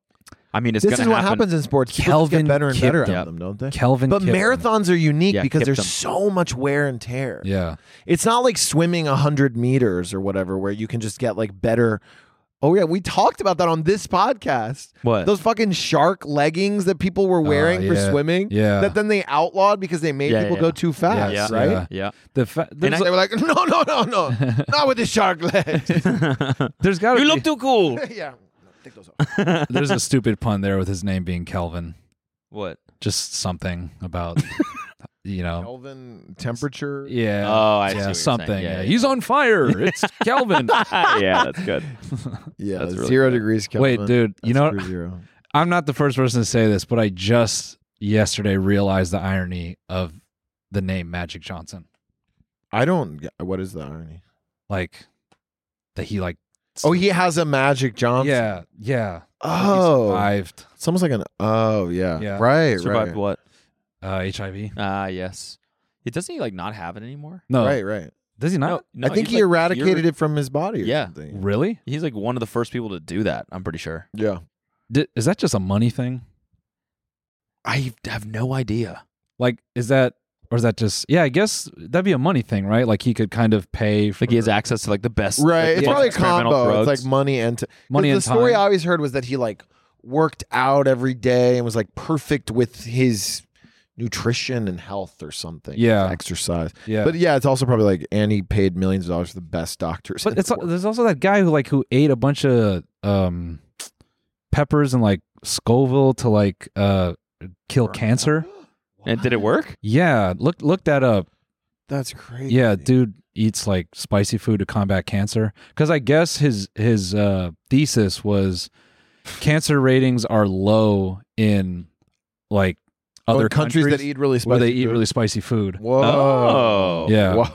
I mean it's
this
gonna
is what
happen.
happens in sports. Sports
Kelvin
get better and better
Kipton.
at them, don't they?
Kelvin
But
Kipton.
marathons are unique
Yeah,
because there's
Kipton.
so much wear and tear.
Yeah.
It's not like swimming 100 meters or whatever where you can just get like better. Oh, yeah. We talked about that on this podcast.
What?
Those fucking shark leggings that people were wearing
Oh, yeah.
for swimming.
Yeah.
That then they outlawed because they made
Yeah,
people
yeah.
go too fast,
Yes,
right?
yeah.
Yeah.
The fa-
And
there's,
they were like, no, no, no, no. not with the shark legs.
there's got
You look too cool.
yeah.
there's a stupid pun there with his name being Kelvin.
What?
Just something about you know
Kelvin temperature.
Um, Yeah.
Oh, I
yeah,
see what you're saying.
something.
Yeah, yeah,
He's on fire. It's Kelvin.
yeah, that's good.
Yeah,
That's really
zero
good.
degrees Kelvin.
Wait, dude, you
That's
know
for
what?
zero.
I'm not the first person to say this, but I just yesterday realized the irony of the name Magic Johnson.
I don't. get- What is the irony?
Like that he like
Oh, he has a Magic Johnson.
yeah, yeah.
Oh,
survived.
It's almost like an oh yeah,
Yeah.
right,
Survived
right,
what?
Uh HIV.
Ah, yes. It doesn't he like not have it anymore?
No.
right, right.
Does he not?
No,
I think
he's,
he
like,
eradicated
cured-
it from his body. Or
Yeah.
something.
Really?
He's like one of the first people to do that, I'm pretty sure.
yeah.
Di- is that just a money thing?
I have no idea.
Like is that or is that just yeah, I guess that'd be a money thing, right? Like he could kind of pay for
Like he has access to like the best
Right,
like, most
it's probably a
experimental
combo.
drugs.
It's like money and t- 'cause
Money
The
and
story
time.
I always heard was that he like worked out every day and was like perfect with his nutrition and health or something.
Yeah.
his exercise.
Yeah.
but yeah, it's also probably like and he paid millions of dollars to the best doctors. in
But
the
it's al-
world.
there's also that guy who like who ate a bunch of um peppers and like Scoville to like uh kill cancer.
and did it work?
Yeah, look look that up.
that's crazy.
Yeah, dude eats like spicy food to combat cancer cuz I guess his his uh thesis was cancer ratings are low in like
Oh, in
other
countries that eat really
where they
spicy
eat
food.
really spicy food.
Oh.
Oh.
Whoa.
Yeah.
Whoa.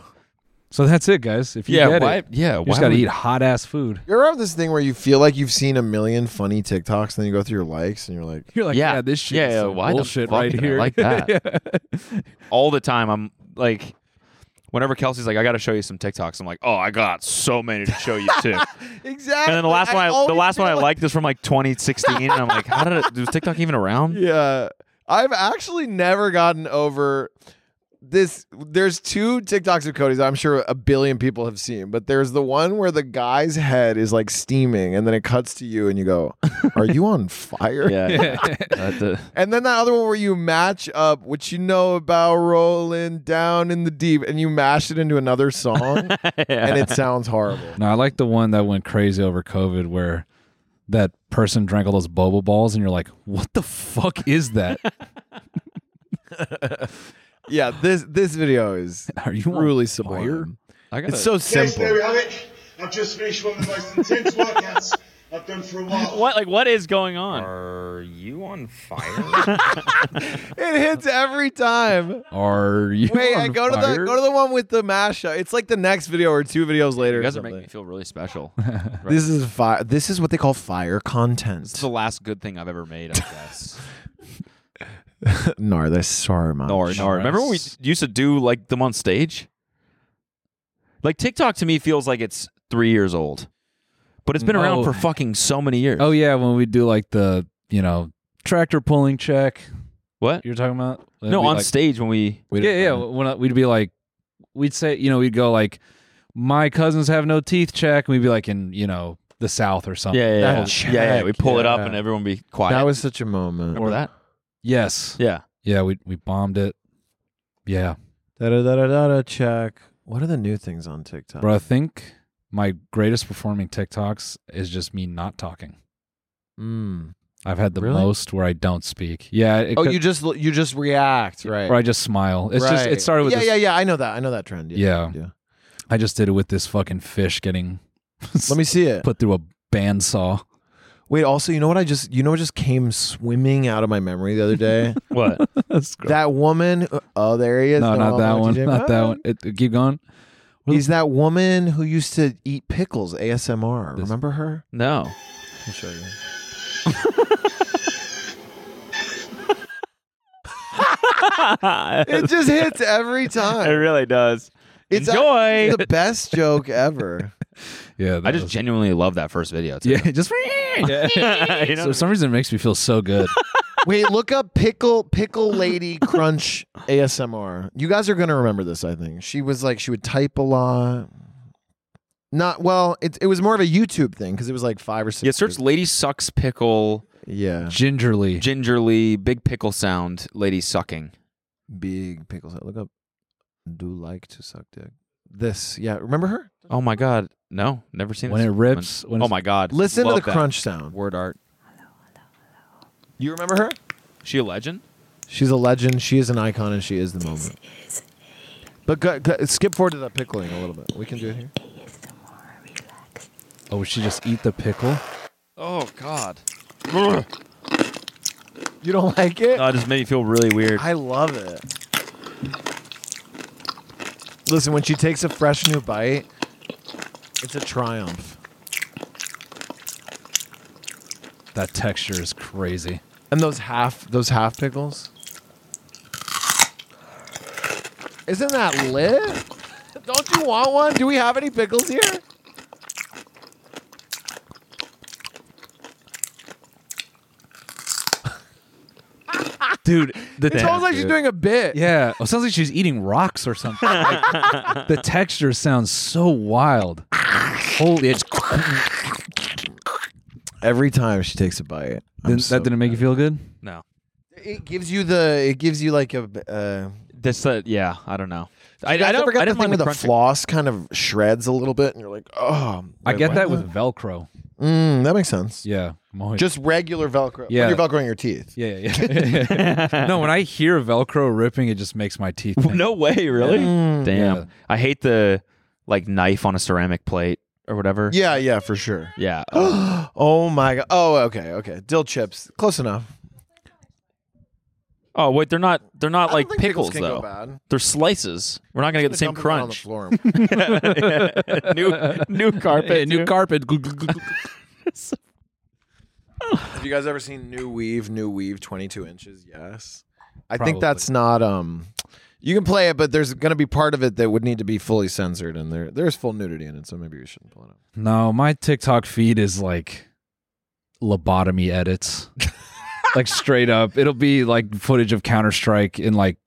So that's it guys. If you
Yeah,
get
why-
it,
yeah,
you
why
just got to
would-
eat hot ass food.
You ever have this thing where you feel like you've seen a million funny TikToks, and then you go through your likes, and you're like,
You're like, yeah, this shit
yeah,
is
yeah,
some
why the
bullshit
fuck
right
did I
here.
like that?
Yeah.
All the time I'm like whenever Kelsey's like, I gotta show you some TikToks, I'm like, Oh, I got so many to show you too.
exactly.
and then the last one I the
always
last one I
feel
liked is from like twenty sixteen and I'm like, How did it was TikTok even around?
Yeah. I've actually never gotten over this. There's two TikToks of Cody's that I'm sure a billion people have seen, but there's the one where the guy's head is like steaming and then it cuts to you and you go, Are you on fire?
Yeah. yeah. Uh, the-
And then that other one where you match up what you know about rolling down in the deep and you mash it into another song and it sounds horrible.
No, I like the one that went crazy over COVID where that person drank all those boba balls and you're like, what the fuck is that?
Yeah, this this video is
Are you on
truly
fire?
sublime.
I gotta,
It's so
Yes, there we
simple.
have it. I've just finished one of the most intense workouts I've done for a while.
what like what is going on?
Are you on fire?
It hits every time.
Are you
Wait,
on
I go to the
fire?
go to the one with the mashup. It's like the next video or two videos later.
You
or
guys are
something.
making me feel really special.
This is fire. This is what they call fire
It's
content.
the last good thing I've ever made, I guess.
Nar, that's sorry, man.
Nor, nor. Remember when we
Nice.
used to do like them on stage? Like TikTok to me feels like it's three years old, but it's been around
No.
for fucking so many years.
Oh yeah, when we do like the, you know, tractor pulling check
what?
you're talking about? That'd
No,
be
on
like-
stage when we.
Yeah, yeah. When I, we'd be like we'd say, you know, we'd go like, My cousins have no teeth check, and we'd be like in, you know, the South or something.
Yeah, yeah, yeah.
That
yeah, yeah, We
check,
pull it up
yeah.
and everyone be quiet.
That was such a moment.
Remember that?
Yes.
Yeah.
Yeah, we we bombed it. Yeah.
Da da da da da da. Check. What are the new things on TikTok?
Bro, I think my greatest performing TikToks is just me not talking.
Mm.
I've had the
Really?
most where I don't speak. Yeah. It
Oh,
could-
you just you just react, right?
Or I just smile. It's just it
Right.
started with
yeah,
this,
yeah, yeah. I know that. I know that trend. Yeah, yeah.
I just did it with this fucking fish getting
Let me see it.
put through a bandsaw.
Wait. Also, you know what? I just you know what just came swimming out of my memory the other day.
What?
That's
that woman. Oh, there he is.
no,
the
not
one
that
with
one.
TJ
Not that
Brown.
one. It, keep going.
He's that woman who used to eat pickles ASMR. Remember her?
No.
I'll show you. it just hits every time.
It really does.
It's a-
Enjoy.
the best joke ever.
Yeah,
I just genuinely love that first video. Too.
Yeah, just
You know
so for some reason it makes me feel so good.
Wait, look up pickle pickle lady crunch ASMR. You guys are gonna remember this, I think. She was like she would type a lot. Not well. It it was more of a YouTube thing because it was like five or six.
Yeah, search "Lady Sucks Pickle."
Yeah,
gingerly,
gingerly, big pickle sound. Lady sucking.
big pickles. Look up. Do like to suck dick. This, yeah. Remember her?
Oh my god, no, never seen
When
this
it
woman.
rips, when
oh
it's-
my god,
Listen to
love
the
that.
crunch sound.
Word art.
You remember her?
She a legend?
She's a legend. She is an icon, and she is the moment. But go, go- skip forward to that pickling a little bit. We can do it here.
Oh, would she just eat the pickle?
Oh god.
You don't like it?
That just made me feel really weird.
I love it. Listen, when she takes a fresh new bite, it's a triumph.
That texture is crazy.
And those half those half pickles. Isn't that lit? Don't you want one? Do we have any pickles here?
Dude, the
It sounds like she's doing a bit.
Yeah, Oh, it sounds like she's eating rocks or something. Like, the texture sounds so wild. Holy, it's
Every time she takes a bite. I'm
Didn't-
so-
that didn't make you feel good.
No.
it gives you the it gives you like a uh,
That's uh, yeah. I don't know. I,
I,
I don't.
ever got
I
the
don't
thing
think
where the
crunch-
floss kind of shreds a little bit, and you're like, oh.
I
wait,
get
what?
that with Velcro.
Mm, that makes sense.
Yeah, I'm always-
Just regular Velcro.
Yeah.
When you're Velcroing your teeth.
yeah, yeah. yeah. no, when I hear Velcro ripping, it just makes my teeth. pain.
No way, really?
Mm,
Damn.
Yeah.
I hate the like knife on a ceramic plate or whatever.
Yeah, yeah, for sure.
Yeah. uh,
Oh my god. Oh, okay, okay. Dill chips, close enough.
oh wait, they're not. They're not
don't
like
think pickles
pickles,
can
though.
go bad.
They're slices. We're not gonna get the same
Dump them out
crunch.
On the floor.
new new carpet.
Hey, new
dude.
carpet.
Have you guys ever seen New Weave? New Weave, 22 inches. Yes. I
Probably.
think that's not. Um, you can play it, but there's going to be part of it that would need to be fully censored, and there there's full nudity in it, so maybe we shouldn't pull it up.
no, my TikTok feed is like lobotomy edits, like straight up. It'll be like footage of Counter Strike in like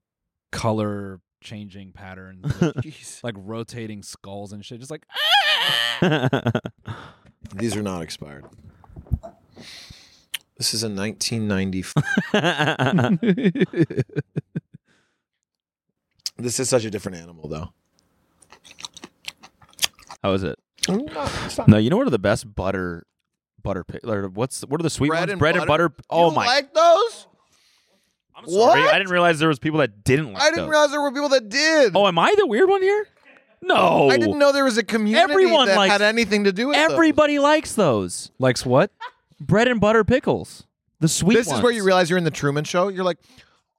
color changing patterns, like, like rotating skulls and shit. Just like
These are not expired. This is a 1990. this is such a different animal, though.
How is it?
It's not-
No, you know what are the best butter butter pick or what's what are the sweet
Bread
ones?
and
bread
butter?
and butter. Oh
You
my
like those?
I'm sorry.
What?
I didn't realize there was people that didn't like
I didn't
those.
realize there were people that did.
Oh, am I the weird one here? No.
I didn't know there was a community
Everyone
that
likes-
had anything to do with those.
Everybody likes those.
likes what?
Bread and butter pickles. The sweet
This is where
ones.
you realize you're in the Truman Show. You're like,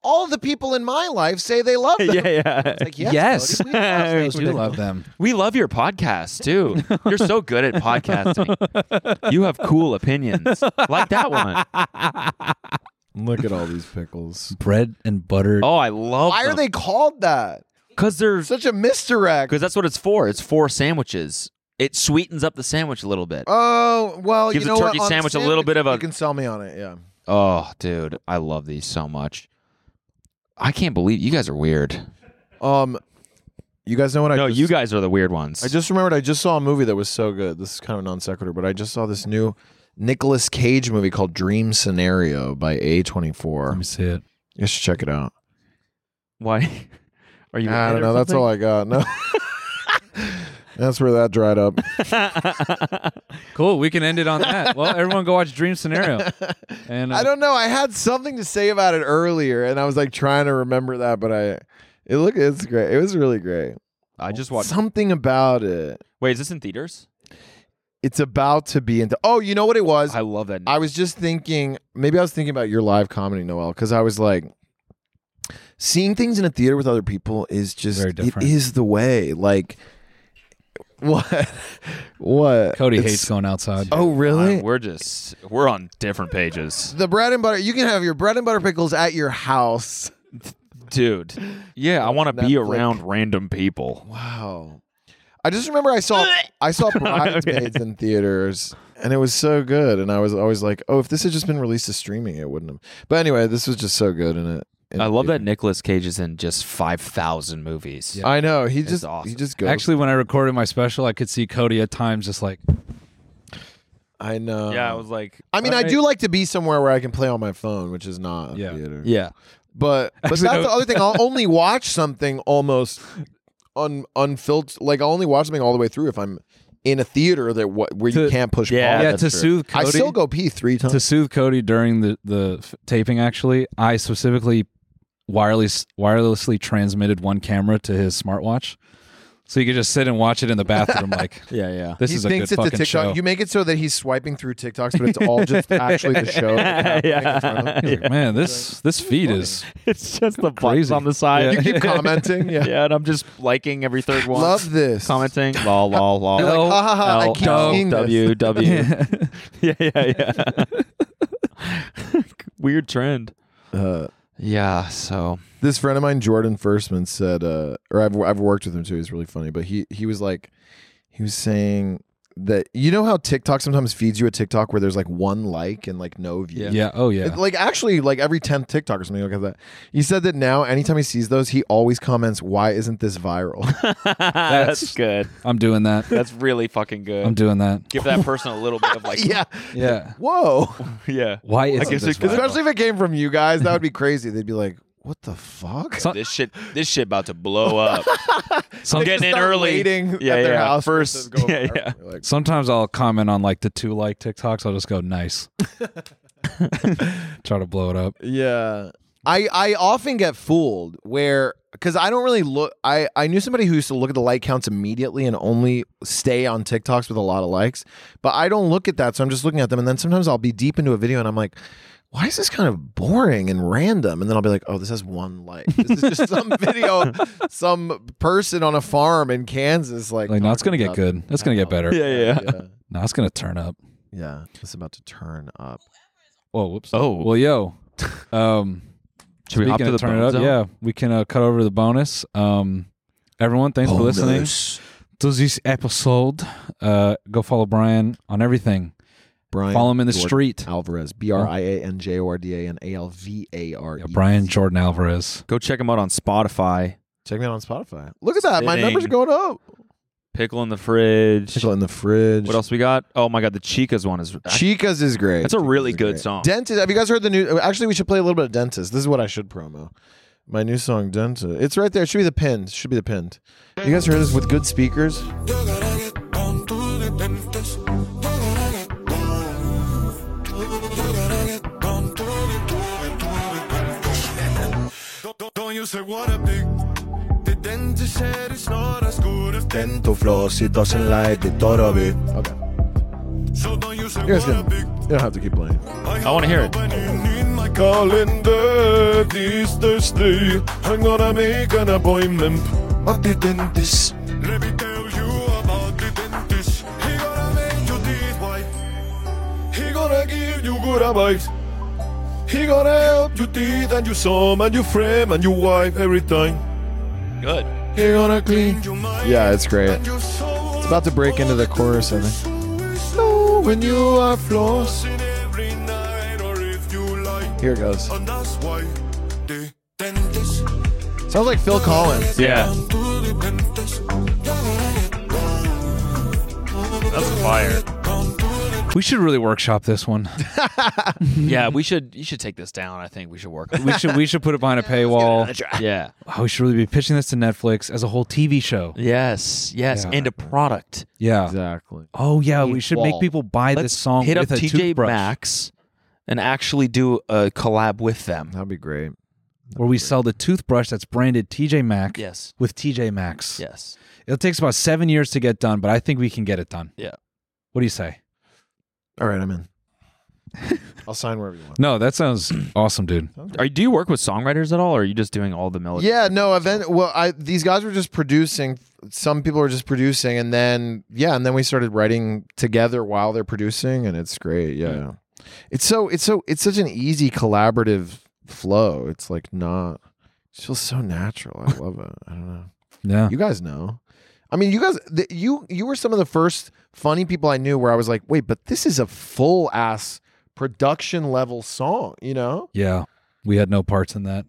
all the people in my life say they love them.
yeah, yeah.
Like, yes,
Yes.
Cody, we love
I
those
do
people.
love them.
We love your podcast too. You're so good at podcasting. You have cool opinions. Like that one.
Look at all these pickles.
Bread and butter.
Oh, I love
Why are they called that?
Because they're
Such a misdirect.
because that's what it's for. It's for sandwiches. It sweetens up the sandwich a little bit.
Oh well,
Gives
you
a
know what?
turkey
On the
sandwich a little bit of a-
You can sell me on it. Yeah.
Oh, dude, I love these so much. I can't believe you guys are weird.
Um, you guys know what I?
No,
just,
you guys are the weird ones.
I just remembered. I just saw a movie that was so good. This is kind of non sequitur, but I just saw this new Nicolas Cage movie called Dream Scenario by A twenty
Let
four.
me see it.
You should check it out.
why are you?
I don't know. That's all I got. No. That's where that dried up.
Cool. We can end it on that. well, everyone go watch Dream Scenario. And uh,
I don't know. I had something to say about it earlier, and I was like trying to remember that, but I it look it's great. It was really great.
I just watched.
Something about it.
Wait, is this in theaters?
It's about to be into. Oh, you know what it was?
I love that.
I was just thinking, maybe I was thinking about your live comedy, Noel, because I was like, seeing things in a theater with other people is just
Very
it
different.
is the way. Like, What? What?
Cody
It's-
hates going outside.
Oh, really?
Uh, we're just we're on different pages,
The bread and butter. You can have your bread and butter pickles at your house.
dude. Yeah, I want to be
Netflix.
around random people.
Wow. I just remember I saw I saw Bridesmaids in theaters and it was so good and I was always like, "Oh, if this had just been released to streaming, it wouldn't have." But anyway, this was just so good in it.
I love that Nicolas Cage is in just five thousand movies.
I know. He
It's
just
awesome.
he just goes.
Actually, when I recorded my special, I could see Cody at times just like,
I know.
Yeah, I was like,
I mean, I
alright.
do like to be somewhere where I can play on my phone, which is not a theater.
Yeah.
But but
Actually,
that's
no.
the other thing. I'll only watch something almost un unfiltered. Like I'll only watch something all the way through if I'm in a theater that what where you can't push.
yeah,
pause.
yeah, to soothe
I
Cody-
still go pee three times.
to soothe Cody during the the f- taping. Actually, I specifically wireless wirelessly transmitted one camera to his smartwatch, so he could just sit and watch it in the bathroom. Like,
yeah, yeah,
this
he
is a good
thinks it's a
fucking
TikTok.
show.
You make it so that he's swiping through TikToks, but it's all just actually the show.
yeah. man, this this feed is
it's just the buttons
Crazy.
on the side.
You keep
commenting, yeah.
yeah, and I'm just liking every third one.
Love this.
commenting. Lol, lol, lol.
You're like, ha, ha, ha, I
L,
keep
L,
seeing this.
W, W. yeah, yeah, yeah. Weird trend.
Uh,
yeah, so
this friend of mine, Jordan Firstman, said, uh, or I've I've worked with him too. He's really funny, but he he was like, he was saying that you know how TikTok sometimes feeds you a TikTok where there's like one like and like no view.
Yeah. Yeah, oh, yeah.
It- like actually, like every tenth TikTok or something like that. He said that now, anytime he sees those, he always comments, "Why isn't this viral?"
that's, good.
I'm doing that.
That's really fucking good.
I'm doing that.
Give that person a little bit of like,
yeah,
Yeah.
Oh,
Whoa.
yeah.
Why
I
is
guess
this?
it could-
viral?
Especially if it came from you guys, that would be crazy. They'd be like, "What the fuck?"
this shit, this shit about to blow up. I'm
They
getting in
start
early.
waiting
yeah,
at their
yeah.
house for it
first.
to go
yeah,
viral.
yeah.
You're like,
Sometimes I'll comment on like the two like TikToks. I'll just go nice. Try to blow it up.
Yeah. I, I often get fooled where because I don't really look I, I knew somebody who used to look at the like counts immediately and only stay on TikToks with a lot of likes. But I don't look at that, so I'm just looking at them and then sometimes I'll be deep into a video and I'm like, why is this kind of boring and random? And then I'll be like, oh, this has one like. This is just some video of some person on a farm in Kansas like,
Like, no, it's gonna get
talking about-
good. It's gonna get better.
Yeah, yeah.
Yeah.
No, it's gonna turn up.
Yeah. It's about to turn up.
Oh, whoops.
Oh.
well, yo. Um,
Should we hop
speaking
to
of
the
turn it
bone
up,
zone?
yeah, we can uh, cut over to the bonus. Um, everyone, thanks for listening to this episode. Uh, go follow Brian on everything.
Brian
Follow him in the
Jordan
street.
Alvarez. B R I A N J O R D A N A L V A R E.
Brian Jordan Alvarez.
Go check him out on Spotify.
Check me out on Spotify. Look at that. My
Spinning.
numbers are going up.
Pickle in the fridge.
Pickle in the fridge.
What else we got? Oh my god, the Chicas one is
Chicas is great.
That's a really
Chicas is
good
great.
song.
Dentist. Have you guys heard the new? Actually, we should play a little bit of Dentist. This is what I should promo. My new song, Dentist. It's right there. It should be the pinned. Should be the pinned. You guys heard this with good speakers?
Don't you say what a big The dentist said it's not as good as
dental floss, it doesn't like the thought of it.
Okay.
So don't you say
You guys
what a
can.
big
You don't have to keep playing.
I want to hear it.
in my calendar this Thursday I'm gonna make an appointment At the dentist Let me tell you about the dentist He gonna make your teeth white He gonna give you good advice He gonna help your teeth and your son and your frame and your wife every time
Good.
He gonna clean. Yeah, it's great. It's about to break into the chorus, I think.
No, when you are flossing
Here it goes.
And that's why the dentist
Sounds like Phil Collins.
Yeah.
That's fire.
We should really workshop this one.
yeah, we should you should take this down. I think we should work. on
We
it.
should we should put it behind a paywall.
yeah.
Oh, we should really be pitching this to Netflix as a whole TV show.
Yes. Yes.
Yeah.
And a product.
Yeah.
Exactly.
Oh yeah, we
Big
should
wall.
make people buy
Let's
this song
Hit
with
up
a
TJ
toothbrush.
Maxx and actually do a collab with them.
That'd be great.
where we sell the toothbrush that's branded TJ Maxx
Yes.
with TJ Maxx.
Yes.
It takes about seven years to get done, but I think we can get it done.
Yeah.
What do you say?
All right, I'm in. I'll sign wherever you want.
No, that sounds awesome, dude.
Are do you work with songwriters at all, or are you just doing all the melodies?
Yeah, no, event. Well, I these guys were just producing some people are just producing, and then yeah, and then we started writing together while they're producing, and it's great. Yeah, it's so it's so it's such an easy collaborative flow. It's like not. It feels so natural. I love it. I don't know.
Yeah.
you guys know. I mean, you guys, th- you you were some of the first funny people I knew where I was like, wait, but this is a full ass production level song. You know,
Yeah, we had no parts in that.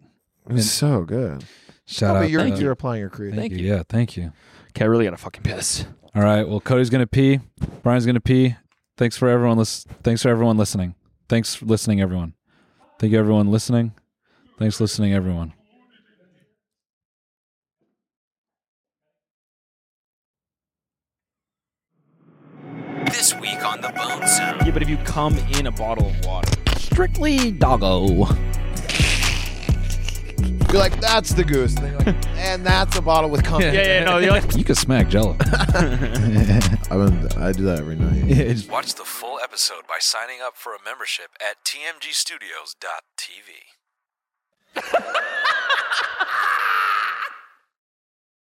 It was so good.
Shout
Oh, but
out.
you're-
uh,
you're applying your creative.
Thank,
Thank
you. Yeah, thank you.
Okay, I really gotta fucking piss.
All right. Well, Cody's gonna pee. Brian's gonna pee. Thanks for everyone. Lis- thanks for everyone listening. Thanks for listening, everyone. Thank you, everyone listening. Thanks, listening, everyone.
This week on the Bone Zone.
Yeah, but if you come in a bottle of water, strictly doggo.
You're like, that's the goose. And, then you're like, and that's a bottle with cum.
you can smack Jello.
I'm, I do that every night.
Watch the full episode by signing up for a membership at tmgstudios.tv.